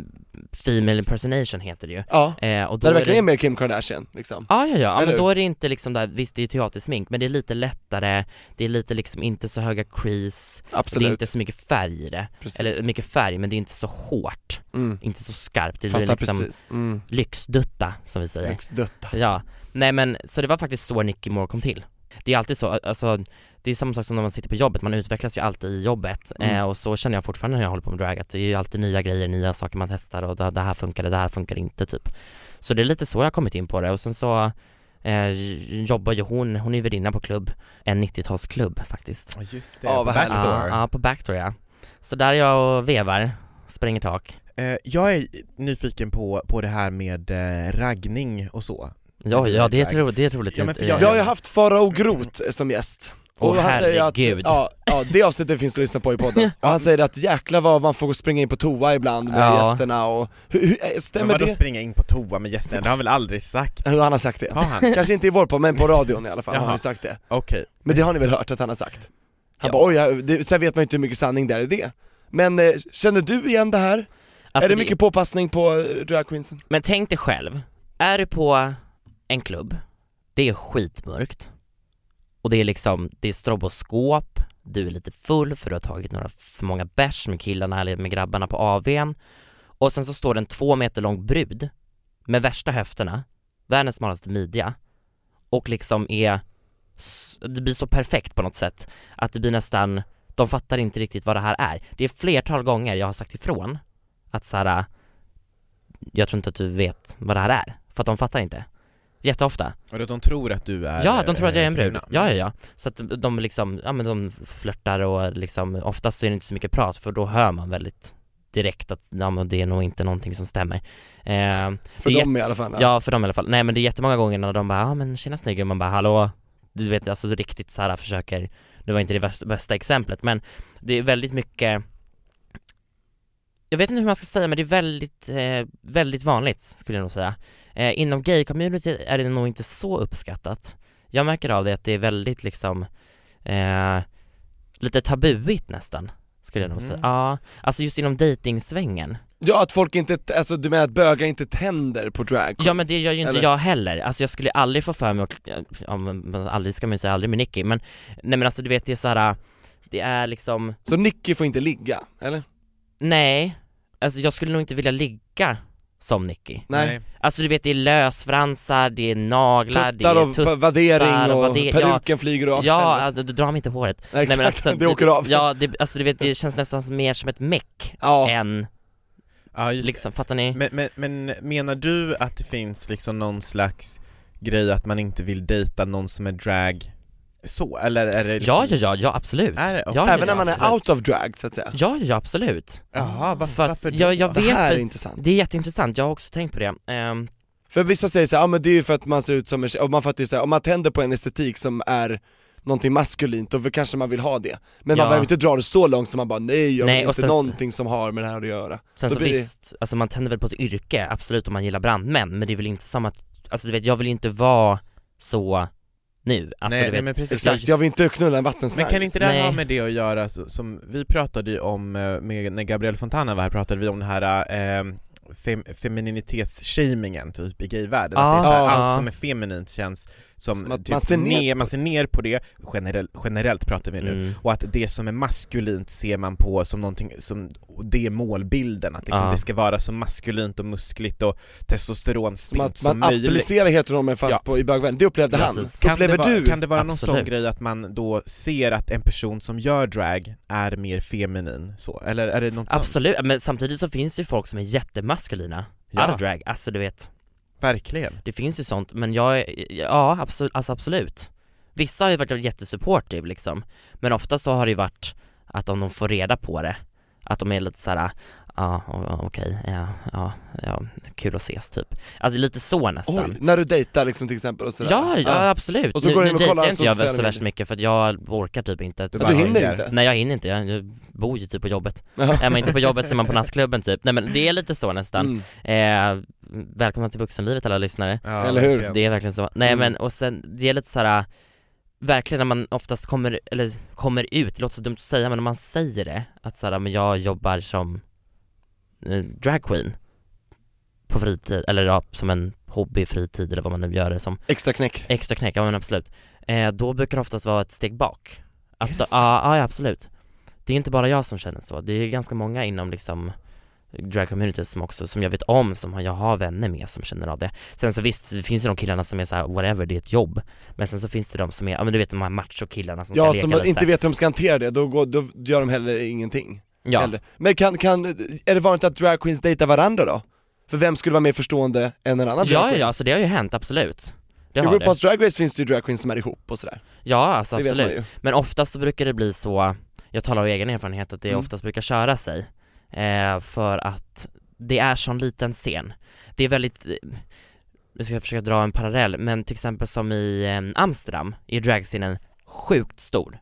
[SPEAKER 2] Female impersonation heter det ju
[SPEAKER 3] Ja,
[SPEAKER 2] eh, och då
[SPEAKER 3] när det
[SPEAKER 2] är
[SPEAKER 3] verkligen är mer Kim Kardashian liksom.
[SPEAKER 2] Ja, ja, ja, ja
[SPEAKER 3] Eller
[SPEAKER 2] men
[SPEAKER 3] hur?
[SPEAKER 2] då är det inte liksom där, visst det är teatersmink men det är lite lättare, det är lite liksom inte så höga crease, Det är
[SPEAKER 3] Absolut,
[SPEAKER 2] inte så mycket färg i det,
[SPEAKER 3] precis.
[SPEAKER 2] eller mycket färg men det är inte så hårt,
[SPEAKER 3] mm.
[SPEAKER 2] inte så skarpt, det blir
[SPEAKER 3] Fattar
[SPEAKER 2] liksom
[SPEAKER 3] precis. Mm.
[SPEAKER 2] lyxdutta som vi säger
[SPEAKER 3] Lyxdutta.
[SPEAKER 2] Ja, nej men så det var faktiskt så Nicky Moore kom till Det är alltid så, alltså det är samma sak som när man sitter på jobbet, man utvecklas ju alltid i jobbet
[SPEAKER 3] Mm.
[SPEAKER 2] eh, och så känner jag fortfarande när jag håller på med drag att det är ju alltid nya grejer, nya saker man testar och det, det här funkar, det här funkar inte typ Så det är lite så jag har kommit in på det och sen så eh, jobbar ju hon, hon är ju värdinna på klubb, en 90-talsklubb faktiskt
[SPEAKER 4] Ja just det,
[SPEAKER 3] Ja,
[SPEAKER 4] på
[SPEAKER 3] vad härligt.
[SPEAKER 4] Backdoor.
[SPEAKER 2] Ja, ja, på backdoor ja. Så där är jag och vevar, spränger tak.
[SPEAKER 4] Eh, jag är nyfiken på, på det här med eh, raggning och så.
[SPEAKER 2] Ja, ja det, är
[SPEAKER 4] Tack.
[SPEAKER 2] tro, det är roligt.
[SPEAKER 4] Ja, men för
[SPEAKER 2] Eh,
[SPEAKER 4] jag-
[SPEAKER 3] Vi har ju haft Farao Groth eh, som gäst
[SPEAKER 2] Åh,
[SPEAKER 3] han säger att,
[SPEAKER 2] herregud.
[SPEAKER 3] ja, ja, det avsnittet finns att lyssna på i podden. Och han säger att jäklar vad man får springa in på toa ibland med
[SPEAKER 2] Ja.
[SPEAKER 3] gästerna och, hur, hur,
[SPEAKER 4] Men
[SPEAKER 3] stämmer
[SPEAKER 4] vadå
[SPEAKER 3] det?
[SPEAKER 4] springa in på toa med gästerna? Det har han väl aldrig sagt?
[SPEAKER 3] Hur han har sagt det?
[SPEAKER 4] Har han?
[SPEAKER 3] Kanske inte i vår podd, men på radion i alla fall har han
[SPEAKER 4] Jaha.
[SPEAKER 3] ju sagt det.
[SPEAKER 4] Okej.
[SPEAKER 3] Men det har ni väl hört att han har sagt? Han
[SPEAKER 2] Ja.
[SPEAKER 3] bara oj, jag- det, sen vet man ju inte hur mycket sanning där är i det. Men eh, känner du igen det här?
[SPEAKER 2] alltså,
[SPEAKER 3] är det mycket påpassning på eh, dragqueensen?
[SPEAKER 2] Men tänk dig själv, är du på en klubb, det är skitmörkt och det är liksom, det är stroboskop, du är lite full för du har tagit några för många bärs med killarna eller med grabbarna på AWn och sen så står det en två meter lång brud med värsta höfterna, världens smalaste midja och liksom är, s- det blir så perfekt på något sätt att det blir nästan, de fattar inte riktigt vad det här är. Det är flertal gånger jag har sagt ifrån att så här, jag tror inte att du vet vad det här är, för att de fattar inte jätteofta.
[SPEAKER 4] Och att de tror att du är
[SPEAKER 2] Ja, de tror att jag är en
[SPEAKER 4] eh,
[SPEAKER 2] brud.
[SPEAKER 4] kvinna.
[SPEAKER 2] Ja, ja, ja. Så att de liksom, ja men de flörtar och liksom, oftast är det inte så mycket prat för då hör man väldigt direkt att ja, men det är nog inte någonting som stämmer. Eh,
[SPEAKER 3] För
[SPEAKER 2] det är
[SPEAKER 3] dem i alla fall.
[SPEAKER 2] Ja.
[SPEAKER 3] Ja.
[SPEAKER 2] för dem i alla fall. Nej men det är jättemånga gånger när de bara, ja ah, men tjena snygg och man bara hallå Du vet alltså riktigt så här försöker, det var inte det bästa, bästa exemplet men det är väldigt mycket Jag vet inte hur man ska säga men det är väldigt, eh, väldigt vanligt skulle jag nog säga eh, Inom gay-community är det nog inte så uppskattat Jag märker av det att det är väldigt liksom eh, Lite tabuigt nästan skulle jag nog
[SPEAKER 4] Mhm.
[SPEAKER 2] säga, ja, alltså just inom dejtingsvängen
[SPEAKER 3] ja, att folk inte, alltså du menar att bögar inte tänder på drag
[SPEAKER 2] Ja men det gör ju inte
[SPEAKER 3] Eller?
[SPEAKER 2] jag heller, alltså jag skulle aldrig få för mig att, ja, men, men aldrig ska man ju säga aldrig med Nicky men, nej men alltså du vet det är såhär, det är liksom,
[SPEAKER 3] Så Nicky får inte ligga, eller?
[SPEAKER 2] nej, alltså jag skulle nog inte vilja ligga som Nicky
[SPEAKER 3] Nej.
[SPEAKER 2] Alltså du vet det är lösfransar, det är naglar,
[SPEAKER 3] Tuttar
[SPEAKER 2] det
[SPEAKER 3] och
[SPEAKER 2] är tuttar
[SPEAKER 3] pa- vaddering
[SPEAKER 2] och
[SPEAKER 3] och,
[SPEAKER 2] vadder-
[SPEAKER 3] peruken flyger av.
[SPEAKER 2] Ja, alltså, du drar mig inte håret alltså,
[SPEAKER 3] Nej, exakt, det åker av. Ja,
[SPEAKER 2] Ja, det, alltså du vet det känns nästan mer som ett meck än,
[SPEAKER 4] Ja, just det.
[SPEAKER 2] liksom, fattar ni?
[SPEAKER 4] Men, men, men menar du att det finns liksom någon slags grej att man inte vill dejta någon som är drag så, eller är det liksom...
[SPEAKER 2] Ja, ja, ja, ja absolut
[SPEAKER 4] Är det?
[SPEAKER 2] Ja,
[SPEAKER 4] Okej.
[SPEAKER 2] ja,
[SPEAKER 3] även
[SPEAKER 2] ja,
[SPEAKER 3] när man är
[SPEAKER 2] absolut.
[SPEAKER 3] out of drag så att säga.
[SPEAKER 2] Ja, ja, absolut
[SPEAKER 4] Jaha, var,
[SPEAKER 2] För att
[SPEAKER 4] varför
[SPEAKER 2] jag, jag
[SPEAKER 3] det
[SPEAKER 2] vet
[SPEAKER 3] här
[SPEAKER 2] för-
[SPEAKER 3] är intressant.
[SPEAKER 2] Det är jätteintressant, jag har också tänkt på det. Ehm,
[SPEAKER 3] För vissa säger såhär, ja men det är ju för att man ser ut som en tjej, och man fattar ju såhär, om man tänder på en estetik som är någonting maskulint, då kanske man vill ha det. Men man
[SPEAKER 2] Ja.
[SPEAKER 3] behöver inte dra det så långt som man bara, nej jag vill
[SPEAKER 2] Nej, och
[SPEAKER 3] inte
[SPEAKER 2] sen-
[SPEAKER 3] någonting som har med det här att göra.
[SPEAKER 2] sen
[SPEAKER 3] Då
[SPEAKER 2] så
[SPEAKER 3] blir det-
[SPEAKER 2] visst, alltså man tänder väl på ett yrke, absolut om man gillar brandmän, men det är väl inte samma, alltså du vet jag vill inte vara så nu, alltså
[SPEAKER 4] nej,
[SPEAKER 2] du
[SPEAKER 4] nej
[SPEAKER 2] vet,
[SPEAKER 4] men precis,
[SPEAKER 3] Exakt, jag vill inte knulla en vattenslang.
[SPEAKER 4] Men kan inte det
[SPEAKER 2] Nej.
[SPEAKER 4] ha med det att göra så- som, vi pratade ju om, eh, med, när Gabriel Fontana var här pratade vi om den här eh, fem, femininitetsshamingen typ i gayvärlden, att
[SPEAKER 2] Ja.
[SPEAKER 4] det är så här,
[SPEAKER 2] Ja.
[SPEAKER 4] allt som är feminint känns som,
[SPEAKER 3] Som att
[SPEAKER 4] typ,
[SPEAKER 3] man ser ner på
[SPEAKER 4] man ser ner på det, generellt, generellt pratar vi nu,
[SPEAKER 2] Mm.
[SPEAKER 4] och att det som är maskulint ser man på som någonting, som, och det är målbilden, att liksom
[SPEAKER 2] Ja.
[SPEAKER 4] det ska vara så maskulint och muskligt och
[SPEAKER 3] Som
[SPEAKER 4] testosteronstint
[SPEAKER 3] att
[SPEAKER 4] som
[SPEAKER 3] man
[SPEAKER 4] möjligt
[SPEAKER 3] applicerar heteronormen fast
[SPEAKER 4] Ja.
[SPEAKER 3] på, i bögvärlden, det upplevde han.
[SPEAKER 2] Precis.
[SPEAKER 4] kan det
[SPEAKER 3] Upplever
[SPEAKER 4] vara,
[SPEAKER 3] du?
[SPEAKER 4] Kan det vara någon sån
[SPEAKER 2] Absolut.
[SPEAKER 4] grej att man då ser att en person som gör drag är mer feminin så? Eller är det något sånt?
[SPEAKER 2] absolut, men samtidigt så finns det ju folk som är jättemaskulina,
[SPEAKER 4] Ja.
[SPEAKER 2] out of drag, alltså du vet,
[SPEAKER 4] Verkligen.
[SPEAKER 2] det finns ju sånt, men jag, är- ja absolut, alltså absolut Vissa har ju varit jättesupportive liksom, men ofta så har det ju varit att om de får reda på det, att de är lite såhär, ja o- o- okej, ja, ja, ja, kul att ses typ Alltså lite så nästan
[SPEAKER 3] Oj, när du dejtar liksom till exempel och sådär.
[SPEAKER 2] Ja, ja, absolut.
[SPEAKER 3] Och så går du in och
[SPEAKER 2] dejtar
[SPEAKER 3] kollar
[SPEAKER 2] inte jag
[SPEAKER 3] sociala
[SPEAKER 2] väl så
[SPEAKER 3] medier.
[SPEAKER 2] värst mycket för att jag orkar typ inte.
[SPEAKER 3] Du,
[SPEAKER 4] bara
[SPEAKER 3] du hinner
[SPEAKER 4] hänger.
[SPEAKER 3] inte?
[SPEAKER 2] Nej jag hinner inte, jag, jag bor ju typ på jobbet.
[SPEAKER 3] Ja.
[SPEAKER 2] är man inte på jobbet så är man på nattklubben typ. Nej men det är lite så nästan.
[SPEAKER 3] Mm.
[SPEAKER 2] Eh, välkomna till vuxenlivet alla lyssnare.
[SPEAKER 4] Ja,
[SPEAKER 3] Eller hur?
[SPEAKER 4] verkligen.
[SPEAKER 2] Det är verkligen så. Nej
[SPEAKER 3] Mm.
[SPEAKER 2] men och sen, det är lite så här. verkligen när man oftast kommer, eller kommer ut, det låter så dumt att säga men när man säger det, att såhär, men jag jobbar som eh, dragqueen på fritid, eller ja, som en hobby, fritid eller vad man nu gör det som.
[SPEAKER 3] Extra knäck.
[SPEAKER 2] Extra knäck, ja men absolut. Eh, då brukar det oftast vara ett steg bak. Att,
[SPEAKER 4] Är det
[SPEAKER 2] ja,
[SPEAKER 4] sant?
[SPEAKER 2] ja, ja, absolut. Det är inte bara jag som känner så, det är ganska många inom liksom drag community som också, som jag vet om, som har- jag har vänner med som känner av det. Sen så visst, det finns ju de killarna som är såhär, whatever, det är ett jobb. Men sen så finns det de som är, ja men du vet de här machokillarna som
[SPEAKER 3] Ja,
[SPEAKER 2] ska
[SPEAKER 3] som
[SPEAKER 2] leka lite.
[SPEAKER 3] inte vet hur de ska hantera det, då, går, då gör de heller ingenting.
[SPEAKER 2] ja.
[SPEAKER 3] Hellre. Men kan, kan, är det vanligt att drag queens dejtar varandra då? För vem skulle vara mer förstående än en annan
[SPEAKER 2] ja, ja,
[SPEAKER 3] dragqueen?
[SPEAKER 2] ja, så det har ju hänt, absolut. Det
[SPEAKER 3] I
[SPEAKER 2] har det.
[SPEAKER 3] RuPaul's Drag Race finns det ju drag queens som är ihop och sådär,
[SPEAKER 2] Ja, alltså
[SPEAKER 3] det vet man
[SPEAKER 2] absolut.
[SPEAKER 3] ju.
[SPEAKER 2] Men oftast så brukar det bli så, jag talar av egen erfarenhet, att det
[SPEAKER 3] Mm.
[SPEAKER 2] oftast brukar köra sig. Eh, för att det är sån liten scen. Det är väldigt, eh, nu ska jag försöka dra en parallell, men till exempel som i eh, Amsterdam, är dragscenen sjukt stor.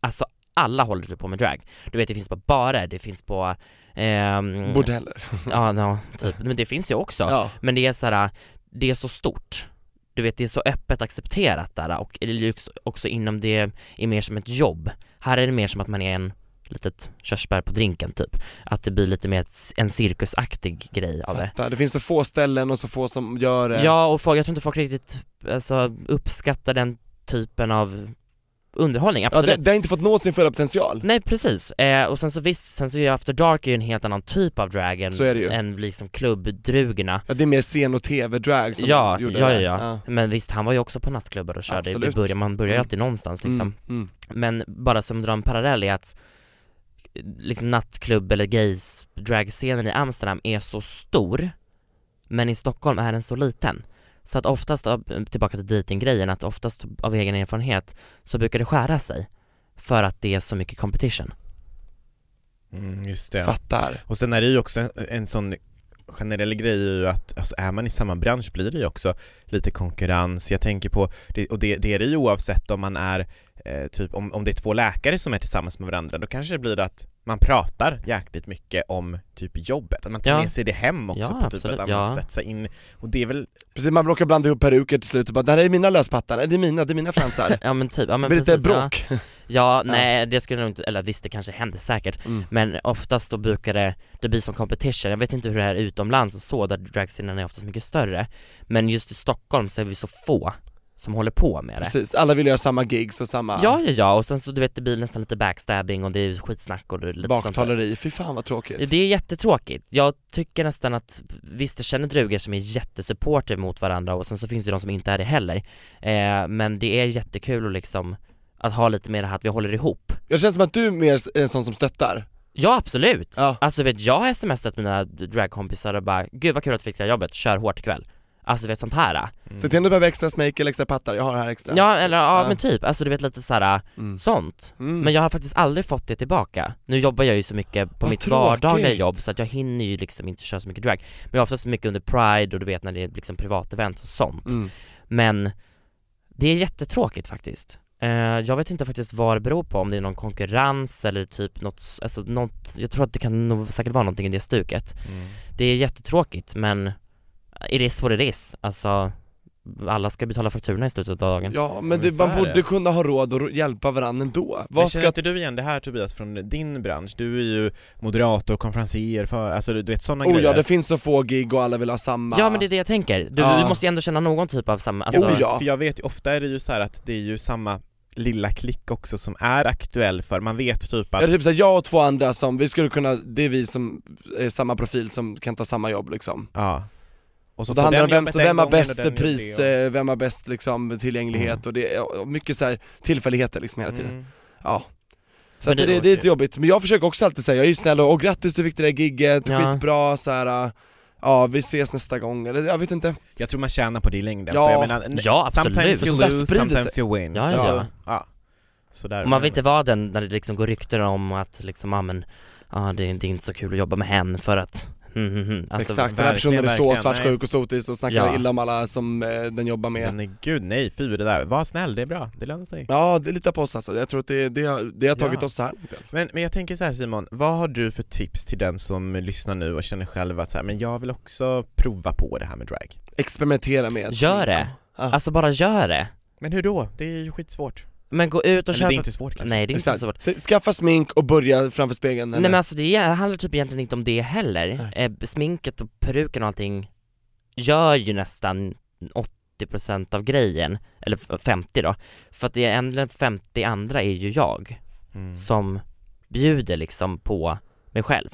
[SPEAKER 2] Alltså alla håller typ på med drag. Du vet det finns på barer, det finns på... ehm,
[SPEAKER 3] Bordeller.
[SPEAKER 2] Ja, no, typ. Men det finns ju också.
[SPEAKER 3] Ja.
[SPEAKER 2] Men det är så här, det är så stort. Du vet, det är så öppet accepterat där och det är ju också- också inom det är mer som ett jobb. Här är det mer som att man är en litet körsbär på drinken typ. Att det blir lite mer ett- en cirkusaktig grej av det.
[SPEAKER 3] Fattar. Det finns så få ställen och så få som gör det.
[SPEAKER 2] Ja, och folk, jag tror inte folk riktigt alltså, uppskattar den typen av underhållning,
[SPEAKER 3] Ja,
[SPEAKER 2] absolut.
[SPEAKER 3] det, det har inte fått nå sin fulla potential.
[SPEAKER 2] Nej precis, eh, och sen så visst, sen så är ju After Dark är ju en helt annan typ av drag än,
[SPEAKER 3] Så är det ju.
[SPEAKER 2] än liksom klubbdrugorna.
[SPEAKER 3] Ja, det är mer scen och tv-drag som
[SPEAKER 2] Ja,
[SPEAKER 3] gjorde
[SPEAKER 2] ja,
[SPEAKER 3] det.
[SPEAKER 2] ja, ja. Men visst, han var ju också på nattklubbar och körde, det
[SPEAKER 3] Absolut.
[SPEAKER 2] börjar, man börjar ju
[SPEAKER 3] Mm.
[SPEAKER 2] alltid någonstans liksom.
[SPEAKER 3] Mm, mm.
[SPEAKER 2] Men bara som drar en parallell är att eh, liksom nattklubb eller gays dragscenen i Amsterdam är så stor, men i Stockholm är den så liten. Så att oftast, av- tillbaka till dejtinggrejen, att oftast av egen erfarenhet så brukar det skära sig för att det är så mycket competition.
[SPEAKER 4] Mm, just det.
[SPEAKER 3] Fattar.
[SPEAKER 4] Och sen är det ju också en, en sån generell grej är ju att alltså är man i samma bransch blir det ju också lite konkurrens. Jag tänker på, det, och det, det är det ju oavsett om man är eh, typ om, om det är två läkare som är tillsammans med varandra då kanske det blir att man pratar jäkligt mycket om typ jobbet, att man tar
[SPEAKER 2] Ja.
[SPEAKER 4] med sig det hem också
[SPEAKER 2] Ja,
[SPEAKER 4] på typ
[SPEAKER 2] absolut.
[SPEAKER 4] ett annat
[SPEAKER 2] Ja.
[SPEAKER 4] sätt. Så in, och det är väl,
[SPEAKER 3] Precis, man råkar blanda ihop peruker till slut och bara, det här är mina löspattar, Nej, det är mina, det är mina fransar.
[SPEAKER 2] Ja men typ, ja
[SPEAKER 3] Det
[SPEAKER 2] men
[SPEAKER 3] blir lite
[SPEAKER 2] precis, ja.
[SPEAKER 3] bråk.
[SPEAKER 2] Ja, nej det skulle nog inte, eller visst det kanske händer säkert
[SPEAKER 3] Mm.
[SPEAKER 2] Men oftast då brukar det, det blir som competition, jag vet inte hur det är utomlands och så där dragscenen är oftast mycket större Men just i Stockholm så är vi så få som håller på med det
[SPEAKER 3] Precis, alla vill göra samma gigs och samma
[SPEAKER 2] Ja, ja, ja, och sen så du vet det blir nästan lite backstabbing och det är skitsnack och det är lite sånt där.
[SPEAKER 3] baktaleri, fy fan vad tråkigt.
[SPEAKER 2] Det är jättetråkigt. Jag tycker nästan att, visst jag känner drugor som är jättesupportive mot varandra och sen så finns det ju de som inte är det heller. Eh, men det är jättekul att liksom, att ha lite mer det här att vi håller ihop.
[SPEAKER 3] Jag känner som att du är mer är en sån som stöttar.
[SPEAKER 2] Ja absolut!
[SPEAKER 3] Ja.
[SPEAKER 2] Alltså vet jag har smsat mina dragkompisar och bara, gud vad kul att du fick det här jobbet, kör hårt ikväll. Alltså du vet sånt här.
[SPEAKER 3] Se till om du behöver extra smake eller extra pattar, jag har det här extra.
[SPEAKER 2] Ja eller ja
[SPEAKER 3] Ja.
[SPEAKER 2] men typ, alltså du vet lite så här
[SPEAKER 3] Mm.
[SPEAKER 2] sånt.
[SPEAKER 3] Mm.
[SPEAKER 2] Men jag har faktiskt aldrig fått det tillbaka. Nu jobbar jag ju så mycket på
[SPEAKER 3] Vad
[SPEAKER 2] mitt
[SPEAKER 3] tråkigt.
[SPEAKER 2] vardagliga jobb så att jag hinner ju liksom inte köra så mycket drag. Men jag har oftast mycket under pride och du vet när det är liksom privatevent och sånt.
[SPEAKER 3] Mm.
[SPEAKER 2] Men det är jättetråkigt faktiskt. Eh, jag vet inte faktiskt vad det beror på, om det är någon konkurrens eller typ något, alltså något, jag tror att det kan nog säkert vara någonting i det stuket.
[SPEAKER 4] mm.
[SPEAKER 2] Det är jättetråkigt men it is what it is. Alltså alla ska betala fakturorna i slutet av dagen.
[SPEAKER 3] Ja men,
[SPEAKER 4] Men
[SPEAKER 3] det,
[SPEAKER 4] så
[SPEAKER 3] man
[SPEAKER 4] är
[SPEAKER 3] borde
[SPEAKER 4] det.
[SPEAKER 3] kunna ha råd att ro- hjälpa varandra ändå.
[SPEAKER 4] Men
[SPEAKER 3] Vad
[SPEAKER 4] känner
[SPEAKER 3] ska...
[SPEAKER 4] inte du igen det här Tobias från din bransch? Du är ju moderator, konferensier, för, alltså du, du vet sådana
[SPEAKER 3] Oh
[SPEAKER 4] grejer.
[SPEAKER 3] ja, det finns så få gig och alla vill ha samma.
[SPEAKER 2] Ja men det är det jag tänker, du,
[SPEAKER 3] Ja.
[SPEAKER 2] du måste ju ändå känna någon typ av samma, alltså,
[SPEAKER 3] Oh, ja.
[SPEAKER 4] För jag vet ju, ofta är det ju så här att det är ju samma lilla klick också som är aktuell för, man vet typ att
[SPEAKER 3] Eller typ såhär, jag och två andra som, vi skulle kunna, det är vi som är samma profil som kan ta samma jobb liksom.
[SPEAKER 4] Ja Och
[SPEAKER 3] Så det handlar om vem, så vem har bäst pris,
[SPEAKER 4] hela
[SPEAKER 3] eh, vem har bäst liksom tillgänglighet
[SPEAKER 4] Mm.
[SPEAKER 3] och det är och mycket så här tillfälligheter liksom hela tiden. Ja. Så
[SPEAKER 2] Men
[SPEAKER 3] att det,
[SPEAKER 2] det-
[SPEAKER 3] det, är lite jobbigt, men jag försöker också alltid säga, jag är ju snäll och, och grattis du fick det där gigget,
[SPEAKER 2] Ja.
[SPEAKER 3] skitbra så här. äh, ja vi ses nästa gång, eller jag vet inte.
[SPEAKER 4] Jag tror man tjänar på det i längden,
[SPEAKER 3] Ja.
[SPEAKER 4] för jag menar, n-
[SPEAKER 2] Ja, absolut.
[SPEAKER 4] sometimes you
[SPEAKER 3] Så där
[SPEAKER 4] lose,
[SPEAKER 3] sprider
[SPEAKER 4] sometimes you win
[SPEAKER 2] Ja, ja.
[SPEAKER 4] Alltså,
[SPEAKER 3] Ja.
[SPEAKER 4] ja. Sådär
[SPEAKER 2] Och man vill inte vara den när det liksom går rykten om att liksom, ja men, ja det, är- det är inte så kul att jobba med hen för att, mm, mm, mm. Alltså,
[SPEAKER 3] Exakt, den här
[SPEAKER 4] verkligen,
[SPEAKER 3] personen är så
[SPEAKER 4] verkligen, nej.
[SPEAKER 3] svartsjuk och sotis och snackar
[SPEAKER 2] Ja.
[SPEAKER 3] illa om alla som eh, den jobbar med.
[SPEAKER 4] Men gud nej, fy det där, var snäll, det är bra, det lönar sig
[SPEAKER 3] Ja, det är lite på oss alltså, jag tror att det, det, har- det har tagit
[SPEAKER 4] Ja.
[SPEAKER 3] oss så här.
[SPEAKER 4] men, men jag tänker så här Simon, vad har du för tips till den som lyssnar nu och känner själv att så här, men jag vill också prova på det här med drag?
[SPEAKER 3] Experimentera med.
[SPEAKER 2] Gör det!
[SPEAKER 3] Ja.
[SPEAKER 2] Alltså bara gör det!
[SPEAKER 4] Men hur då? Det är ju skitsvårt
[SPEAKER 2] Men gå ut och
[SPEAKER 4] Eller det är
[SPEAKER 2] köp
[SPEAKER 4] inte svårt kanske?
[SPEAKER 2] Nej det är inte
[SPEAKER 3] Exakt.
[SPEAKER 2] så svårt
[SPEAKER 3] Så Skaffa smink och börja framför spegeln
[SPEAKER 2] Nej men alltså det är- handlar typ egentligen inte om det heller,
[SPEAKER 3] Nej.
[SPEAKER 2] eh, sminket och peruken och allting gör ju nästan 80% av grejen, eller f- 50 då, för att det är ändå 50 andra är ju jag
[SPEAKER 4] Mm.
[SPEAKER 2] som bjuder liksom på mig själv.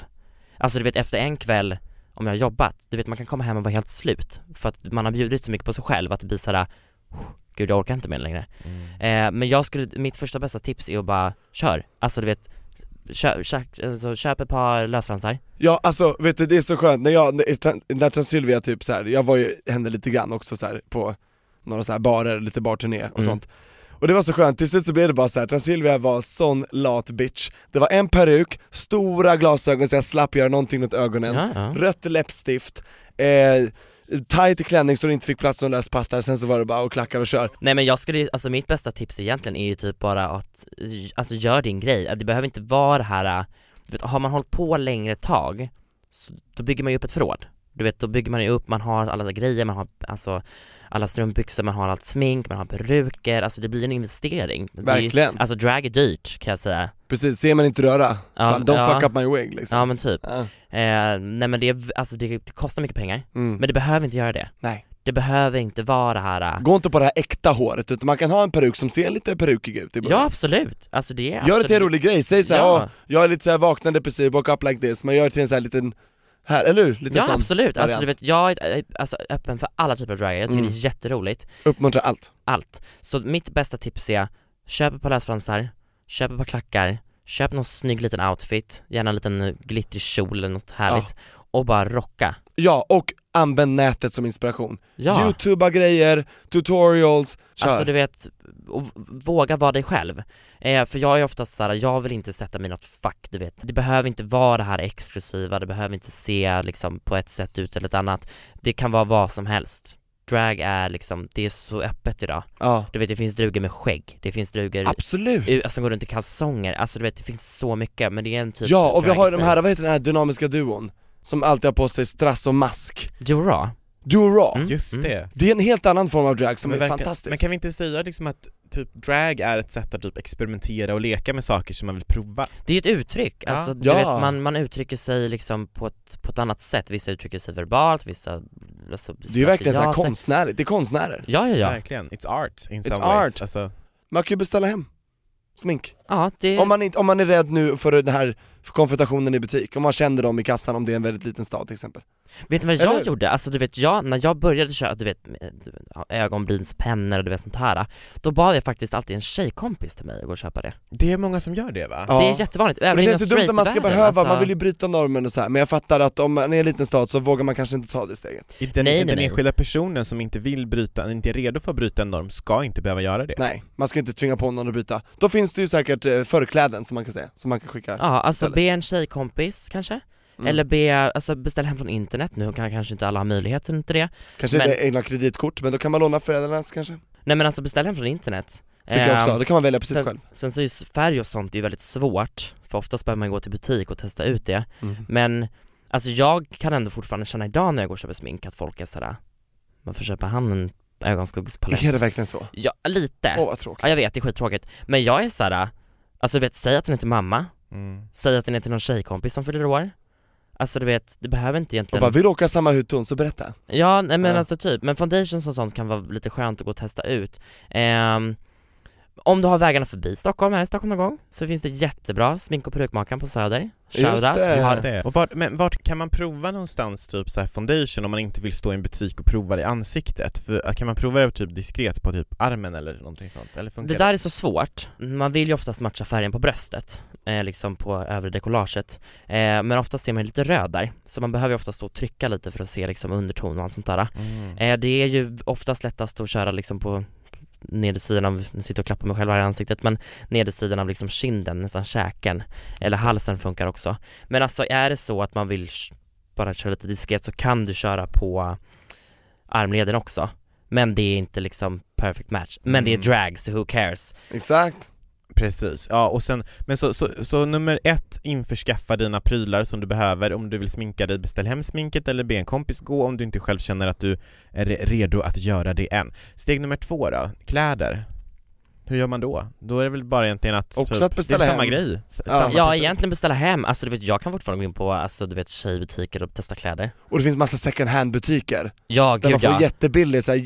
[SPEAKER 2] Alltså du vet efter en kväll, om jag har jobbat, du vet man kan komma hem och vara helt slut. För att man har bjudit så mycket på sig själv att det blir såhär, gud jag orkar inte mer längre.
[SPEAKER 4] Mm.
[SPEAKER 2] Eh, men jag skulle, mitt första bästa tips är att bara, kör. Alltså du vet, kö, kö, alltså, köp ett par lösfransar.
[SPEAKER 3] Ja alltså vet du det är så skönt, när jag, när- när Transylvia typ så här, jag var ju, hände lite grann också så här på några så här barer, lite barturné och
[SPEAKER 2] Mm.
[SPEAKER 3] sånt Och det var så skönt, till slut så blev det bara så här. Transylvia var sån lat bitch Det var en peruk, stora glasögon så jag slapp göra någonting åt ögonen,
[SPEAKER 2] Ja, ja.
[SPEAKER 3] rött läppstift, eh, tight klänning så det inte fick plats någon löspattar, sen så var det bara och klackar och kör
[SPEAKER 2] Nej men jag skulle, alltså mitt bästa tips egentligen är ju typ bara att, eh, alltså gör din grej, det behöver inte vara det här, eh, du vet, har man hållit på längre ett tag, så, då bygger man ju upp ett förråd. Du vet, då bygger man ju upp, man har alla grejer, man har alltså alla strumpbyxor, man har allt smink, man har peruker, alltså det blir en investering. Det är ju,
[SPEAKER 3] Verkligen,
[SPEAKER 2] alltså drag är dyrt kan jag säga.
[SPEAKER 3] precis, ser man inte röra,
[SPEAKER 2] Ja,
[SPEAKER 3] Fan, don't
[SPEAKER 2] ja.
[SPEAKER 3] fuck up my wig liksom
[SPEAKER 2] Ja men typ.
[SPEAKER 3] Ja.
[SPEAKER 2] Eh, nej men det, är- alltså det, det kostar mycket pengar,
[SPEAKER 3] Mm.
[SPEAKER 2] men det behöver inte göra det.
[SPEAKER 3] Nej.
[SPEAKER 2] Det behöver inte vara det här eh,
[SPEAKER 3] Gå inte på det här äkta håret utan man kan ha en peruk som ser lite perukig ut i början
[SPEAKER 2] Ja absolut, alltså det är
[SPEAKER 3] Gör det till en
[SPEAKER 2] absolut-
[SPEAKER 3] rolig grej, säg såhär
[SPEAKER 2] Ja.
[SPEAKER 3] ja. jag är lite såhär vaknade precis, woke up like this, men gör det till en sån här liten, här, eller hur? Lite
[SPEAKER 2] Ja
[SPEAKER 3] sån,
[SPEAKER 2] absolut, alltså
[SPEAKER 3] variant.
[SPEAKER 2] du vet jag är eh, alltså, öppen för alla typer av dragare, jag tycker
[SPEAKER 3] Mm.
[SPEAKER 2] det är jätteroligt,
[SPEAKER 3] uppmuntra allt.
[SPEAKER 2] allt. Så mitt bästa tips är, köp ett par lösfransar, köp ett par klackar, köp någon snygg liten outfit, gärna en liten eh, glittrig kjol eller något härligt och bara rocka.
[SPEAKER 3] Ja, och använd nätet som inspiration.
[SPEAKER 2] Ja.
[SPEAKER 3] Youtuba grejer, tutorials, kör.
[SPEAKER 2] Alltså du vet, och v- våga vara dig själv. Eh, för jag är oftast såhär, jag vill inte sätta mig i något fack du vet. Det behöver inte vara det här exklusiva, det behöver inte se liksom på ett sätt ut eller ett annat. Det kan vara vad som helst. Drag är liksom, det är så öppet idag.
[SPEAKER 3] Ja,
[SPEAKER 2] Du vet det finns drugor med skägg, det finns drugor
[SPEAKER 3] absolut!
[SPEAKER 2] u- som går runt i kalsonger, alltså du vet det finns så mycket men det är en typ
[SPEAKER 3] ja, och vi
[SPEAKER 2] drag i
[SPEAKER 3] har ju de
[SPEAKER 2] sig.
[SPEAKER 3] här, vad heter den här dynamiska duon? Som alltid har på sig strass och mask.
[SPEAKER 2] Joe Raw.
[SPEAKER 3] Duo Raw.
[SPEAKER 2] Mm.
[SPEAKER 4] Just det.
[SPEAKER 3] Det är en helt annan form av drag som
[SPEAKER 4] Men
[SPEAKER 3] är
[SPEAKER 4] verkligen-
[SPEAKER 3] fantastisk.
[SPEAKER 4] Men kan vi inte säga liksom att typ drag är ett sätt att typ experimentera och leka med saker som man vill prova?
[SPEAKER 2] Det är ju ett uttryck,
[SPEAKER 4] Ja.
[SPEAKER 2] alltså du
[SPEAKER 3] Ja.
[SPEAKER 2] vet man, man uttrycker sig liksom på ett, på ett annat sätt, vissa uttrycker sig verbalt, vissa alltså,
[SPEAKER 3] Det är ju verkligen så här
[SPEAKER 2] spratt-
[SPEAKER 3] konstnärligt, det är konstnärer.
[SPEAKER 2] Ja ja ja,
[SPEAKER 4] Verkligen. It's art in
[SPEAKER 3] It's
[SPEAKER 4] some ways.
[SPEAKER 3] art.
[SPEAKER 4] Alltså,
[SPEAKER 3] Man kan ju beställa hem smink.
[SPEAKER 2] ja det,
[SPEAKER 3] Om man, inte, om man är rädd nu för den här konfrontationen i butik, om man känner dem i kassan om det är en väldigt liten stad till exempel.
[SPEAKER 2] vet ni vad jag
[SPEAKER 3] Eller-
[SPEAKER 2] gjorde? Alltså du vet jag, när jag började köra, du vet ja, ögonbrynspennor och du vet sånt här Då bad jag faktiskt alltid en tjejkompis till mig att gå och köpa det
[SPEAKER 4] det är många som gör det va?
[SPEAKER 3] Ja.
[SPEAKER 2] Det är jättevanligt, även
[SPEAKER 3] Men det
[SPEAKER 2] inom
[SPEAKER 3] känns ju dumt att man ska
[SPEAKER 2] straightvärlden,
[SPEAKER 3] behöva,
[SPEAKER 2] alltså.
[SPEAKER 3] man vill ju bryta normen och så här. men jag fattar att om man är en liten stad så vågar man kanske inte ta det steget.
[SPEAKER 4] I Den,
[SPEAKER 2] Nej,
[SPEAKER 4] i
[SPEAKER 2] nej,
[SPEAKER 4] den
[SPEAKER 2] nej.
[SPEAKER 4] enskilda personen som inte vill bryta, inte är redo för att bryta en norm ska inte behöva göra det.
[SPEAKER 3] Nej, man ska inte tvinga på någon att bryta. Då finns det ju säkert eh, förkläden som man kan säga, som man kan skicka.
[SPEAKER 2] Ja, alltså
[SPEAKER 3] istället.
[SPEAKER 2] be en tjejkompis kanske,
[SPEAKER 3] Mm.
[SPEAKER 2] eller be, alltså beställ hem från internet, nu kan kanske inte alla ha möjligheten till det
[SPEAKER 3] kanske
[SPEAKER 2] men-
[SPEAKER 3] inte egna kreditkort, men då kan man låna föräldrarnas kanske?
[SPEAKER 2] Nej men alltså beställ hem från internet
[SPEAKER 3] Tycker jag
[SPEAKER 2] Ehm,
[SPEAKER 3] också, det kan man välja precis
[SPEAKER 2] sen-
[SPEAKER 3] själv.
[SPEAKER 2] Sen så är ju s- färg och sånt är ju väldigt svårt, för oftast behöver man gå till butik och testa ut det.
[SPEAKER 3] Mm.
[SPEAKER 2] Men alltså jag kan ändå fortfarande känna idag när jag går och köper smink att folk är sådär, varför köper han en ögonskuggspalett?
[SPEAKER 3] Mm. Är det verkligen så?
[SPEAKER 2] Ja, lite.
[SPEAKER 3] Åh vad tråkigt.
[SPEAKER 2] Ja jag vet, det är skittråkigt. Men jag är såhär, alltså du vet, säg att den är till mamma,
[SPEAKER 4] Mm.
[SPEAKER 2] säg att den är till någon tjejkompis som fyller år. Alltså du vet, det behöver inte
[SPEAKER 3] Och
[SPEAKER 2] egentligen
[SPEAKER 3] bara, vi råkar ha samma hudton, så berätta.
[SPEAKER 2] Ja, nej, men
[SPEAKER 3] Ja.
[SPEAKER 2] alltså typ, men foundations och sånt kan vara lite skönt att gå och testa ut Ehm, Om du har vägarna förbi Stockholm, här i Stockholm någon gång, så finns det jättebra smink och perukmakaren på Söder
[SPEAKER 3] Just
[SPEAKER 2] Shoutout,
[SPEAKER 3] det.
[SPEAKER 2] vi
[SPEAKER 4] Just
[SPEAKER 2] har,
[SPEAKER 4] det. Och vart, men vart kan man prova någonstans typ så här foundation om man inte vill stå i en butik och prova det i ansiktet? För, kan man prova det typ diskret på typ armen eller någonting sånt? Eller funkar
[SPEAKER 2] Det där är så svårt, man vill ju oftast matcha färgen på bröstet eh, Liksom på övre dekollaget eh, Men oftast ser man ju lite röd där, så man behöver ju oftast stå och trycka lite för att se liksom underton och allt sånt där
[SPEAKER 4] Mm.
[SPEAKER 2] Eh, Det är ju oftast lättast att köra liksom på nedersidan av, nu sitter jag och klappar mig själv här i ansiktet, men nedersidan av liksom kinden, nästan käken, eller
[SPEAKER 4] det.
[SPEAKER 2] halsen funkar också. Men alltså är det så att man vill sh- bara köra lite diskret så kan du köra på armleden också. Men det är inte liksom perfect match. Men det är
[SPEAKER 4] Mm.
[SPEAKER 2] drag, så who cares?
[SPEAKER 3] Exakt.
[SPEAKER 4] Precis, ja och sen, men så, så, så nummer ett, införskaffa dina prylar som du behöver om du vill sminka dig, beställ hem sminket eller be en kompis gå om du inte själv känner att du är re- redo att göra det än. Steg nummer två då, kläder. Hur gör man då? Då är det väl bara egentligen att...
[SPEAKER 3] Också
[SPEAKER 4] så-
[SPEAKER 3] att beställa
[SPEAKER 4] Det är samma
[SPEAKER 3] hem.
[SPEAKER 4] grej. S-
[SPEAKER 3] Ja.
[SPEAKER 4] Samma
[SPEAKER 2] Ja,
[SPEAKER 4] princip.
[SPEAKER 2] egentligen beställa hem, alltså du vet jag kan fortfarande gå in på alltså du vet tjejbutiker och testa kläder.
[SPEAKER 3] Och det finns massa second hand butiker,
[SPEAKER 2] Ja
[SPEAKER 3] där man
[SPEAKER 2] gud
[SPEAKER 3] får
[SPEAKER 2] ja.
[SPEAKER 3] jättebillig, så här,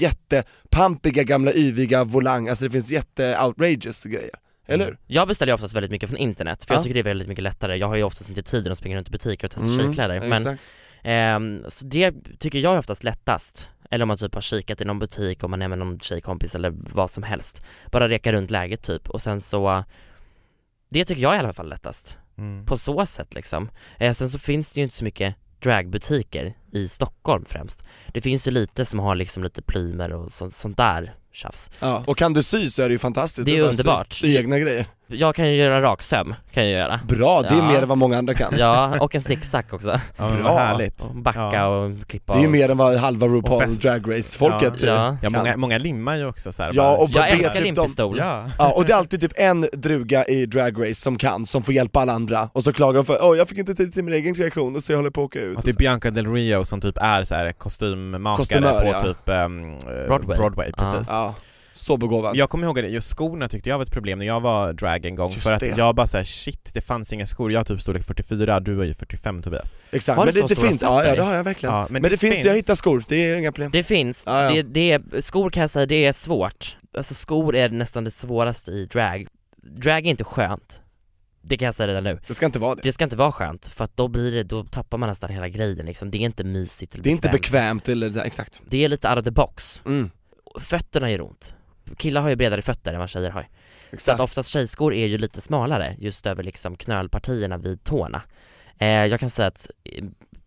[SPEAKER 3] jättepampiga gamla yviga volang, alltså det finns jätte-outrageous grejer. Eller hur?
[SPEAKER 2] Mm. Jag beställer ju oftast väldigt mycket från internet, för
[SPEAKER 3] Ja.
[SPEAKER 2] jag tycker det är väldigt mycket lättare. Jag har ju oftast inte tiden att springa runt i butiker och testa
[SPEAKER 3] Mm,
[SPEAKER 2] tjejkläder. Alltså, Men,
[SPEAKER 3] exakt.
[SPEAKER 2] ehm, så det tycker jag är oftast lättast. Eller om man typ har kikat i någon butik, om man är med någon tjejkompis eller vad som helst. Bara reka runt läget typ och sen så Det tycker jag i alla fall är lättast,
[SPEAKER 4] Mm.
[SPEAKER 2] på så sätt liksom. Eh, sen så finns det ju inte så mycket dragbutiker i Stockholm främst. Det finns ju lite som har liksom lite plymer och så, sånt där tjafs.
[SPEAKER 3] Ja. Och kan du sy så är det alltså, ju fantastiskt.
[SPEAKER 2] Det är
[SPEAKER 3] Du bara sy-
[SPEAKER 2] underbart.
[SPEAKER 3] Sy egna grejer.
[SPEAKER 2] Jag kan ju göra raksöm, kan jag göra.
[SPEAKER 3] Bra, det är
[SPEAKER 2] Ja.
[SPEAKER 3] mer än vad många andra kan.
[SPEAKER 2] Ja, och en zigzag också.
[SPEAKER 4] Ja, men
[SPEAKER 3] Bra.
[SPEAKER 4] vad härligt.
[SPEAKER 2] Och backa
[SPEAKER 4] Ja.
[SPEAKER 2] och klippa
[SPEAKER 3] Det är ju
[SPEAKER 2] och-
[SPEAKER 3] mer än vad halva
[SPEAKER 4] Och
[SPEAKER 3] RuPaul
[SPEAKER 4] fest.
[SPEAKER 3] Drag typ. Race-folket
[SPEAKER 2] Ja. Ja.
[SPEAKER 4] Ja,
[SPEAKER 3] kan.
[SPEAKER 4] många, många limmar ju också så här,
[SPEAKER 3] Ja,
[SPEAKER 4] bara-
[SPEAKER 3] och
[SPEAKER 2] Jag
[SPEAKER 3] bara be
[SPEAKER 2] älskar
[SPEAKER 3] typ de-
[SPEAKER 2] limpistol.
[SPEAKER 4] Ja.
[SPEAKER 3] Ja, och det är alltid typ en druga i Drag Race som kan, som får hjälpa alla andra, och så klagar de för åh jag fick inte tid till min egen kreation och så jag håller på att åka ut
[SPEAKER 4] Och typ Bianca Del Rio som typ är så här kostymmakare
[SPEAKER 3] Kostymör,
[SPEAKER 4] på
[SPEAKER 3] ja.
[SPEAKER 4] typ ehm, eh,
[SPEAKER 2] Broadway.
[SPEAKER 4] Broadway
[SPEAKER 2] Ja.
[SPEAKER 4] precis.
[SPEAKER 3] Ja, så begåvad
[SPEAKER 4] Jag kommer ihåg att just skorna tyckte jag var ett problem när jag var drag en gång
[SPEAKER 3] Just
[SPEAKER 4] för att
[SPEAKER 3] det.
[SPEAKER 4] jag bara såhär shit, det fanns inga skor, jag har typ storlek 44, du är ju 45 Tobias.
[SPEAKER 3] Exakt,
[SPEAKER 2] Har
[SPEAKER 3] men
[SPEAKER 2] du
[SPEAKER 3] det
[SPEAKER 2] så
[SPEAKER 3] är lite
[SPEAKER 2] stora
[SPEAKER 3] fint, ja, ja
[SPEAKER 2] fötter?
[SPEAKER 3] det har jag verkligen
[SPEAKER 4] Ja,
[SPEAKER 3] Men det, finns, jag hittar skor, det är inga problem
[SPEAKER 2] Det finns,
[SPEAKER 3] Ja, ja.
[SPEAKER 2] Det, det är, skor kan jag säga, det är svårt. Alltså skor är nästan det svåraste i drag. Drag är inte skönt. Det kan jag säga redan nu.
[SPEAKER 3] Det ska inte vara det
[SPEAKER 2] Det ska inte vara skönt, för att då blir det, då tappar man nästan hela grejen liksom. Det är inte mysigt eller
[SPEAKER 3] Det är inte
[SPEAKER 2] bekvämt.
[SPEAKER 3] bekvämt eller, det- exakt
[SPEAKER 2] Det är lite out of the box.
[SPEAKER 3] mm.
[SPEAKER 2] Fötterna gör ont. Killar har ju bredare fötter än vad tjejer har. Så att
[SPEAKER 3] Exakt.
[SPEAKER 2] oftast tjejskor är ju lite smalare just över liksom knölpartierna vid tårna. Eh, jag kan säga att eh,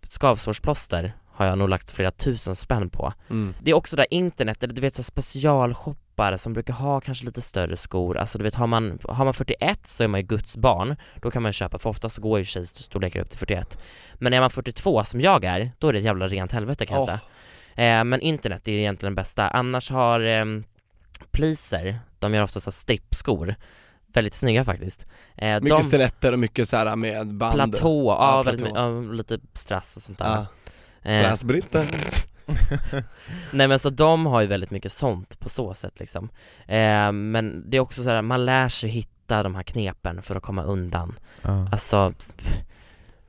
[SPEAKER 2] skavsårsplåster har jag nog lagt flera tusen spänn på.
[SPEAKER 3] Mm.
[SPEAKER 2] Det är också där internet, eller du vet så här specialshoppar som brukar ha kanske lite större skor, alltså du vet har man, har man 41 så är man ju Guds barn, då kan man ju köpa, för oftast går ju tjejstorlekar upp till 41 Men är man 42 som jag är, då är det ett jävla rent helvete kan jag
[SPEAKER 3] Åh.
[SPEAKER 2] säga eh, Men internet är egentligen det bästa, annars har eh, poliser, de gör ofta så här strippskor, väldigt snygga faktiskt eh,
[SPEAKER 3] Mycket
[SPEAKER 2] de-
[SPEAKER 3] stiletter och mycket så här med band
[SPEAKER 2] Platå, ja,
[SPEAKER 3] Ja,
[SPEAKER 2] väldigt
[SPEAKER 3] platå.
[SPEAKER 2] my- ja, lite strass och sånt där
[SPEAKER 3] Ja,
[SPEAKER 2] Eh,
[SPEAKER 3] Strassbritten
[SPEAKER 2] Nej men så de har ju väldigt mycket sånt på så sätt liksom eh, Men det är också så här, man lär sig hitta de här knepen för att komma undan
[SPEAKER 4] Ja.
[SPEAKER 2] Alltså, pff,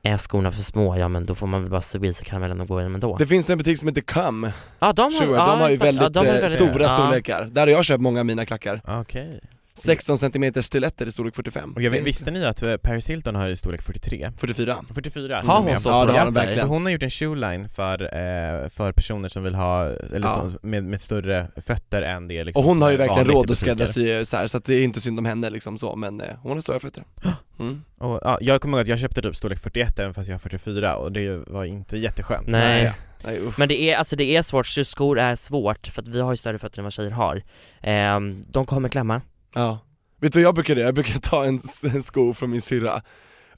[SPEAKER 2] är skorna för små, ja men då får man väl bara suga i sig karamellen och gå igenom ändå
[SPEAKER 3] Det finns en butik som heter Come,
[SPEAKER 2] Ja de har,
[SPEAKER 3] Sure,
[SPEAKER 2] ja,
[SPEAKER 3] de har ju
[SPEAKER 2] exakt.
[SPEAKER 3] väldigt,
[SPEAKER 2] ja, de har
[SPEAKER 3] eh,
[SPEAKER 2] väldigt-
[SPEAKER 3] stora
[SPEAKER 2] ja.
[SPEAKER 3] storlekar. Där har jag köpt många av mina klackar.
[SPEAKER 4] Okej.
[SPEAKER 3] 16 cm stiletter i storlek 45.
[SPEAKER 4] Och jag vet, visste ni att eh, Paris Hilton har ju storlek 43?
[SPEAKER 3] 44.
[SPEAKER 4] 44
[SPEAKER 2] Har hon
[SPEAKER 4] Ja,
[SPEAKER 2] så
[SPEAKER 3] Ja, det
[SPEAKER 2] stora
[SPEAKER 3] har de
[SPEAKER 2] jävlar?
[SPEAKER 3] verkligen.
[SPEAKER 4] Så hon har gjort en shoeline för, eh, för personer som vill ha, eller
[SPEAKER 3] Ja.
[SPEAKER 4] som, med, med större fötter än det liksom
[SPEAKER 3] Och hon
[SPEAKER 4] som
[SPEAKER 3] har ju
[SPEAKER 4] är
[SPEAKER 3] verkligen
[SPEAKER 4] vanligt i
[SPEAKER 3] råd att
[SPEAKER 4] butiker.
[SPEAKER 3] skräddarsy så, här, så att det är inte synd om henne liksom så, men eh, hon har stora fötter. Mm.
[SPEAKER 4] och, ja, Jag kommer ihåg att jag köpte typ storlek 41 även fast jag har 44 och det var inte jätteskönt
[SPEAKER 2] Nej,
[SPEAKER 3] Nej, usch.
[SPEAKER 2] men det är, alltså det är svårt, så skor är svårt för att vi har ju större fötter än vad tjejer har eh, De kommer klämma
[SPEAKER 3] Ja. Vet du vad jag brukar göra? Jag brukar ta en, s- en sko från min syrra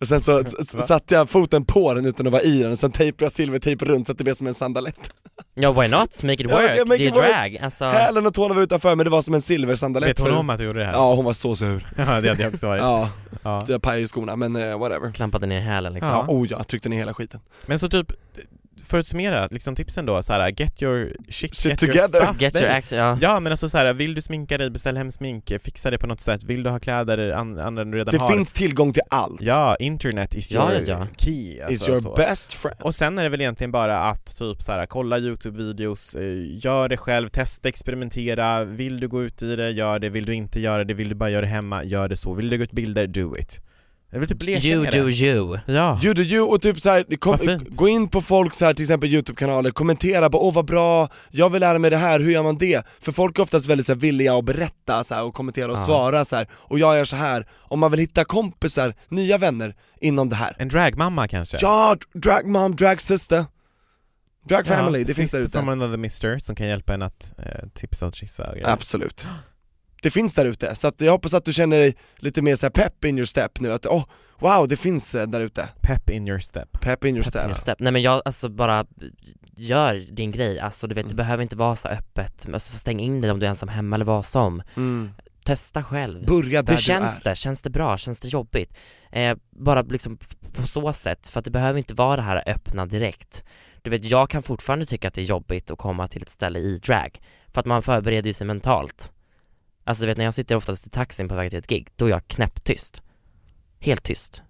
[SPEAKER 3] och sen så s- s- satte jag foten på den utan att vara i den, och sen tejpade jag silvertejp runt så att det blev som en sandalett.
[SPEAKER 2] Ja why not, make it
[SPEAKER 3] Ja,
[SPEAKER 2] work,
[SPEAKER 3] ja, make
[SPEAKER 2] det är
[SPEAKER 3] it work.
[SPEAKER 2] drag, alltså
[SPEAKER 3] Hälen och tårna var utanför men det var som en silversandalett.
[SPEAKER 4] Vet hon
[SPEAKER 3] för-
[SPEAKER 4] om att du gjorde det här?
[SPEAKER 3] Ja, hon var så sur.
[SPEAKER 4] Ja, det hade jag också varit
[SPEAKER 3] Ja,
[SPEAKER 4] ja.
[SPEAKER 3] jag pajade ju skorna men eh, whatever.
[SPEAKER 2] Klampade ner hälen liksom
[SPEAKER 3] Ja,
[SPEAKER 4] Ja.
[SPEAKER 3] oh ja, tryckte ner hela skiten.
[SPEAKER 4] Men så typ, för att summera, liksom tipsen då, så här, get your shit,
[SPEAKER 3] Shit
[SPEAKER 4] get
[SPEAKER 3] together.
[SPEAKER 4] your stuff
[SPEAKER 2] Get your
[SPEAKER 4] babe.
[SPEAKER 2] action, ja
[SPEAKER 4] Ja men alltså så här, vill du sminka dig, beställ hem smink, fixa det på något sätt, vill du ha kläder, an- andra än du redan
[SPEAKER 3] Det
[SPEAKER 4] har
[SPEAKER 3] finns tillgång till allt.
[SPEAKER 4] Ja, internet is
[SPEAKER 2] Ja,
[SPEAKER 4] your
[SPEAKER 2] ja, ja.
[SPEAKER 4] key alltså,
[SPEAKER 3] Is your
[SPEAKER 4] så.
[SPEAKER 3] best friend.
[SPEAKER 4] Och sen är det väl egentligen bara att typ så här, kolla Youtube-videos, eh, gör det själv, testa, experimentera, vill du gå ut i det, gör det, vill du inte göra det, vill du bara göra det hemma, gör det så, vill du lägga ut bilder, do it. Jag vill typ leka
[SPEAKER 2] You
[SPEAKER 4] med
[SPEAKER 2] do
[SPEAKER 4] det.
[SPEAKER 2] you
[SPEAKER 4] Ja,
[SPEAKER 3] You do you och typ så här, det kom,
[SPEAKER 4] Vad fint.
[SPEAKER 3] gå in på folk så här, till exempel YouTube-kanaler, kommentera på åh vad bra, jag vill lära mig det här, hur gör man det? För folk är oftast väldigt så här, villiga att berätta så här, och kommentera och
[SPEAKER 2] Ja.
[SPEAKER 3] svara så här. och jag gör så här. om man vill hitta kompisar, nya vänner inom det här.
[SPEAKER 4] en dragmamma kanske?
[SPEAKER 3] Ja, drag mom, drag sister, drag family, det finns
[SPEAKER 4] sister
[SPEAKER 3] där ute.
[SPEAKER 4] from another mister som kan hjälpa en att eh, tipsa och kissa och grejer.
[SPEAKER 3] Absolut. Det finns där ute, så att jag hoppas att du känner dig lite mer så här pepp in your step nu, att åh, wow det finns eh, där ute.
[SPEAKER 4] Pep in your step.
[SPEAKER 3] Pepp in your
[SPEAKER 4] Pepp in
[SPEAKER 3] step.
[SPEAKER 2] Just det. Nej men jag, alltså bara gör din grej, alltså du vet det
[SPEAKER 3] Mm.
[SPEAKER 2] behöver inte vara så öppet, alltså, stäng in dig om du är ensam hemma eller vad som
[SPEAKER 3] Mm.
[SPEAKER 2] Testa själv
[SPEAKER 3] Börja där
[SPEAKER 2] Hur
[SPEAKER 3] du
[SPEAKER 2] känns
[SPEAKER 3] är.
[SPEAKER 2] det? Känns det bra? Känns det jobbigt? Eh, bara liksom p- på så sätt, för att det behöver inte vara det här öppna direkt Du vet, jag kan fortfarande tycka att det är jobbigt att komma till ett ställe i drag För att man förbereder ju sig mentalt Alltså du vet när jag sitter oftast i taxin på väg till ett gig, då är jag knäpptyst Helt tyst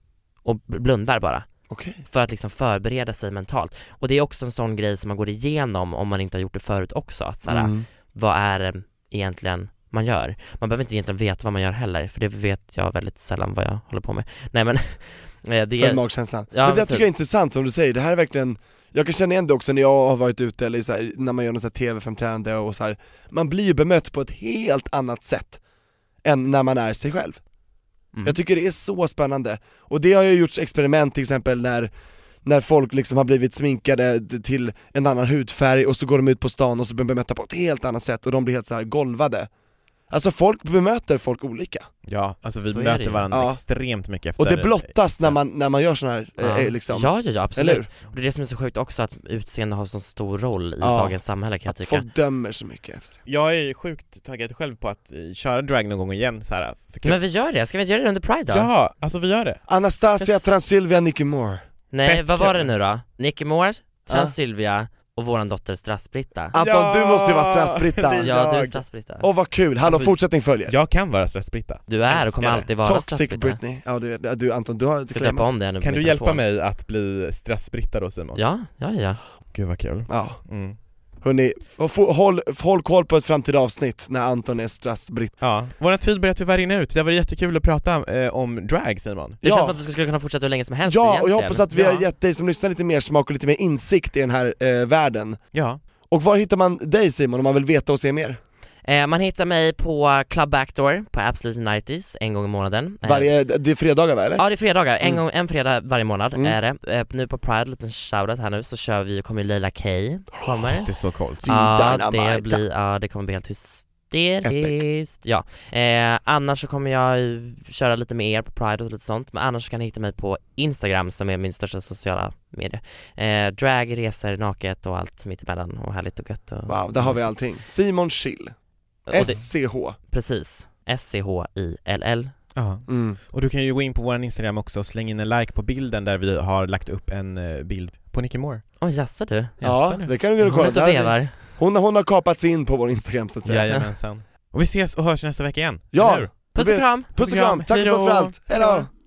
[SPEAKER 2] Och bl- blundar bara
[SPEAKER 3] Okej.
[SPEAKER 2] för att liksom förbereda sig mentalt. Och det är också en sån grej som man går igenom om man inte har gjort det förut också, att såhär,
[SPEAKER 3] Mm.
[SPEAKER 2] vad är det egentligen man gör? Man behöver inte egentligen veta vad man gör heller, för det vet jag väldigt sällan vad jag håller på med. Nej men, eh, det
[SPEAKER 3] För
[SPEAKER 2] är...
[SPEAKER 3] magkänslan.
[SPEAKER 2] Ja,
[SPEAKER 3] men det
[SPEAKER 2] men
[SPEAKER 3] tycker
[SPEAKER 2] typ.
[SPEAKER 3] jag är intressant som du säger, det här är verkligen jag kan känna igen det också när jag har varit ute eller så här, när man gör något så här tv-framträdande och så här. man blir ju bemött på ett helt annat sätt än när man är sig själv.
[SPEAKER 2] Mm.
[SPEAKER 3] Jag tycker det är så spännande, och det har ju gjorts experiment till exempel när, när folk liksom har blivit sminkade d- till en annan hudfärg och så går de ut på stan och så blir de bemötta på ett helt annat sätt och de blir helt så här golvade. Alltså folk bemöter folk olika,
[SPEAKER 4] Ja, alltså vi
[SPEAKER 2] Så är det
[SPEAKER 4] möter
[SPEAKER 2] ju.
[SPEAKER 4] varandra
[SPEAKER 3] Ja.
[SPEAKER 4] extremt mycket efter
[SPEAKER 3] och det blottas när man, när man gör sådana här, eh,
[SPEAKER 2] Ja.
[SPEAKER 3] eh, liksom,
[SPEAKER 2] Ja, ja, ja
[SPEAKER 3] eller hur?
[SPEAKER 2] absolut. Och det är det som är så sjukt också, att utseende har så stor roll i
[SPEAKER 3] Ja.
[SPEAKER 2] dagens samhälle kan jag
[SPEAKER 3] Att
[SPEAKER 2] tycka.
[SPEAKER 3] folk dömer så mycket efter det.
[SPEAKER 4] Jag är ju sjukt taggad själv på att eh, köra drag någon gång igen så här. För kul.
[SPEAKER 2] Men vi gör det, ska vi inte göra det under Pride då?
[SPEAKER 4] Ja, alltså vi gör det.
[SPEAKER 3] Anastasia,
[SPEAKER 2] Yes.
[SPEAKER 3] Transylvia, Nicky Moore.
[SPEAKER 2] Nej,
[SPEAKER 4] Fett
[SPEAKER 2] vad var
[SPEAKER 4] kul.
[SPEAKER 2] det nu då? Nicky Moore,
[SPEAKER 3] Ja.
[SPEAKER 2] Transylvia och våran dotter Strassbritta.
[SPEAKER 3] Anton,
[SPEAKER 4] Ja,
[SPEAKER 3] du måste ju vara
[SPEAKER 4] det
[SPEAKER 3] strassbritta.
[SPEAKER 4] är
[SPEAKER 2] Ja, du är
[SPEAKER 4] jag.
[SPEAKER 2] Strassbritta.
[SPEAKER 3] Åh vad kul, hallå
[SPEAKER 4] Alltså,
[SPEAKER 3] fortsättning följer.
[SPEAKER 4] Jag kan vara stressbritta.
[SPEAKER 2] Du är och
[SPEAKER 4] älskar
[SPEAKER 2] kommer
[SPEAKER 4] det.
[SPEAKER 2] alltid vara
[SPEAKER 3] Toxic
[SPEAKER 2] Strassbritta.
[SPEAKER 3] Britney. Ja du, du Anton, du har ett
[SPEAKER 2] Ska döpa
[SPEAKER 3] dilemma.
[SPEAKER 2] om det här nu på
[SPEAKER 4] Kan du
[SPEAKER 2] min
[SPEAKER 4] hjälpa
[SPEAKER 2] telefon.
[SPEAKER 4] mig att bli stressbritta då Simon?
[SPEAKER 2] Ja, ja, ja.
[SPEAKER 4] Gud vad kul.
[SPEAKER 3] Ja,
[SPEAKER 4] Mm.
[SPEAKER 3] hörni, f- håll, håll koll på ett framtida avsnitt när Anton är strassbritt.
[SPEAKER 4] Ja, vår tid börjar tyvärr rinna ut. Det var jättekul att prata eh, om drag Simon.
[SPEAKER 2] Det
[SPEAKER 3] Ja.
[SPEAKER 2] känns som att vi skulle kunna fortsätta hur länge som helst
[SPEAKER 3] Ja, och jag
[SPEAKER 2] egentligen.
[SPEAKER 3] hoppas att vi har
[SPEAKER 4] Ja.
[SPEAKER 3] gett dig som lyssnar lite mer smak och lite mer insikt i den här eh, världen.
[SPEAKER 4] Ja.
[SPEAKER 3] Och var hittar man dig Simon om man vill veta och se mer?
[SPEAKER 2] Eh, man hittar mig på Club Backdoor på Absolute 90s en gång i månaden. Eh,
[SPEAKER 3] Varje, det är fredagar va eller?
[SPEAKER 2] Ja det är fredagar, en,
[SPEAKER 3] Mm.
[SPEAKER 2] gång, en fredag varje månad
[SPEAKER 3] Mm.
[SPEAKER 2] är det. Eh, nu på Pride, liten shoutout här nu, så kör vi, kommer Leila K kommer.
[SPEAKER 4] Just det, så coolt.
[SPEAKER 2] Ja, Ah, det,
[SPEAKER 3] Dynamite.
[SPEAKER 2] blir, ja, det kommer bli helt hysteriskt. Ja. Eh, annars så kommer jag ju köra lite med er på Pride och lite sånt, men annars så kan ni hitta mig på Instagram som är min största sociala medie. Eh, drag, resor, naket och allt mittemellan och härligt och gött. Och,
[SPEAKER 3] Wow, där har vi allting. Simon Schill,
[SPEAKER 2] och det,
[SPEAKER 3] SCH.
[SPEAKER 2] precis, S-C-H-I-L-L.
[SPEAKER 4] Ja.
[SPEAKER 3] Mm.
[SPEAKER 4] Och du kan ju gå in på vår Instagram också och slänga in en like på bilden där vi har lagt upp en eh, bild på Nicki Moore.
[SPEAKER 2] Åh jaså du?
[SPEAKER 3] Ja,
[SPEAKER 4] Jaså,
[SPEAKER 3] det kan du gå
[SPEAKER 2] Hon
[SPEAKER 3] och kolla.
[SPEAKER 2] är ute och
[SPEAKER 3] Där-
[SPEAKER 2] vevar.
[SPEAKER 3] Hon, hon har kapats in på vår Instagram så att säga.
[SPEAKER 4] Jajamensan. Och vi ses och hörs nästa vecka igen.
[SPEAKER 3] Ja,
[SPEAKER 4] eller hur?
[SPEAKER 2] Puss och kram!
[SPEAKER 3] puss och kram, tack för
[SPEAKER 4] Hejdå.
[SPEAKER 3] för allt, hejdå!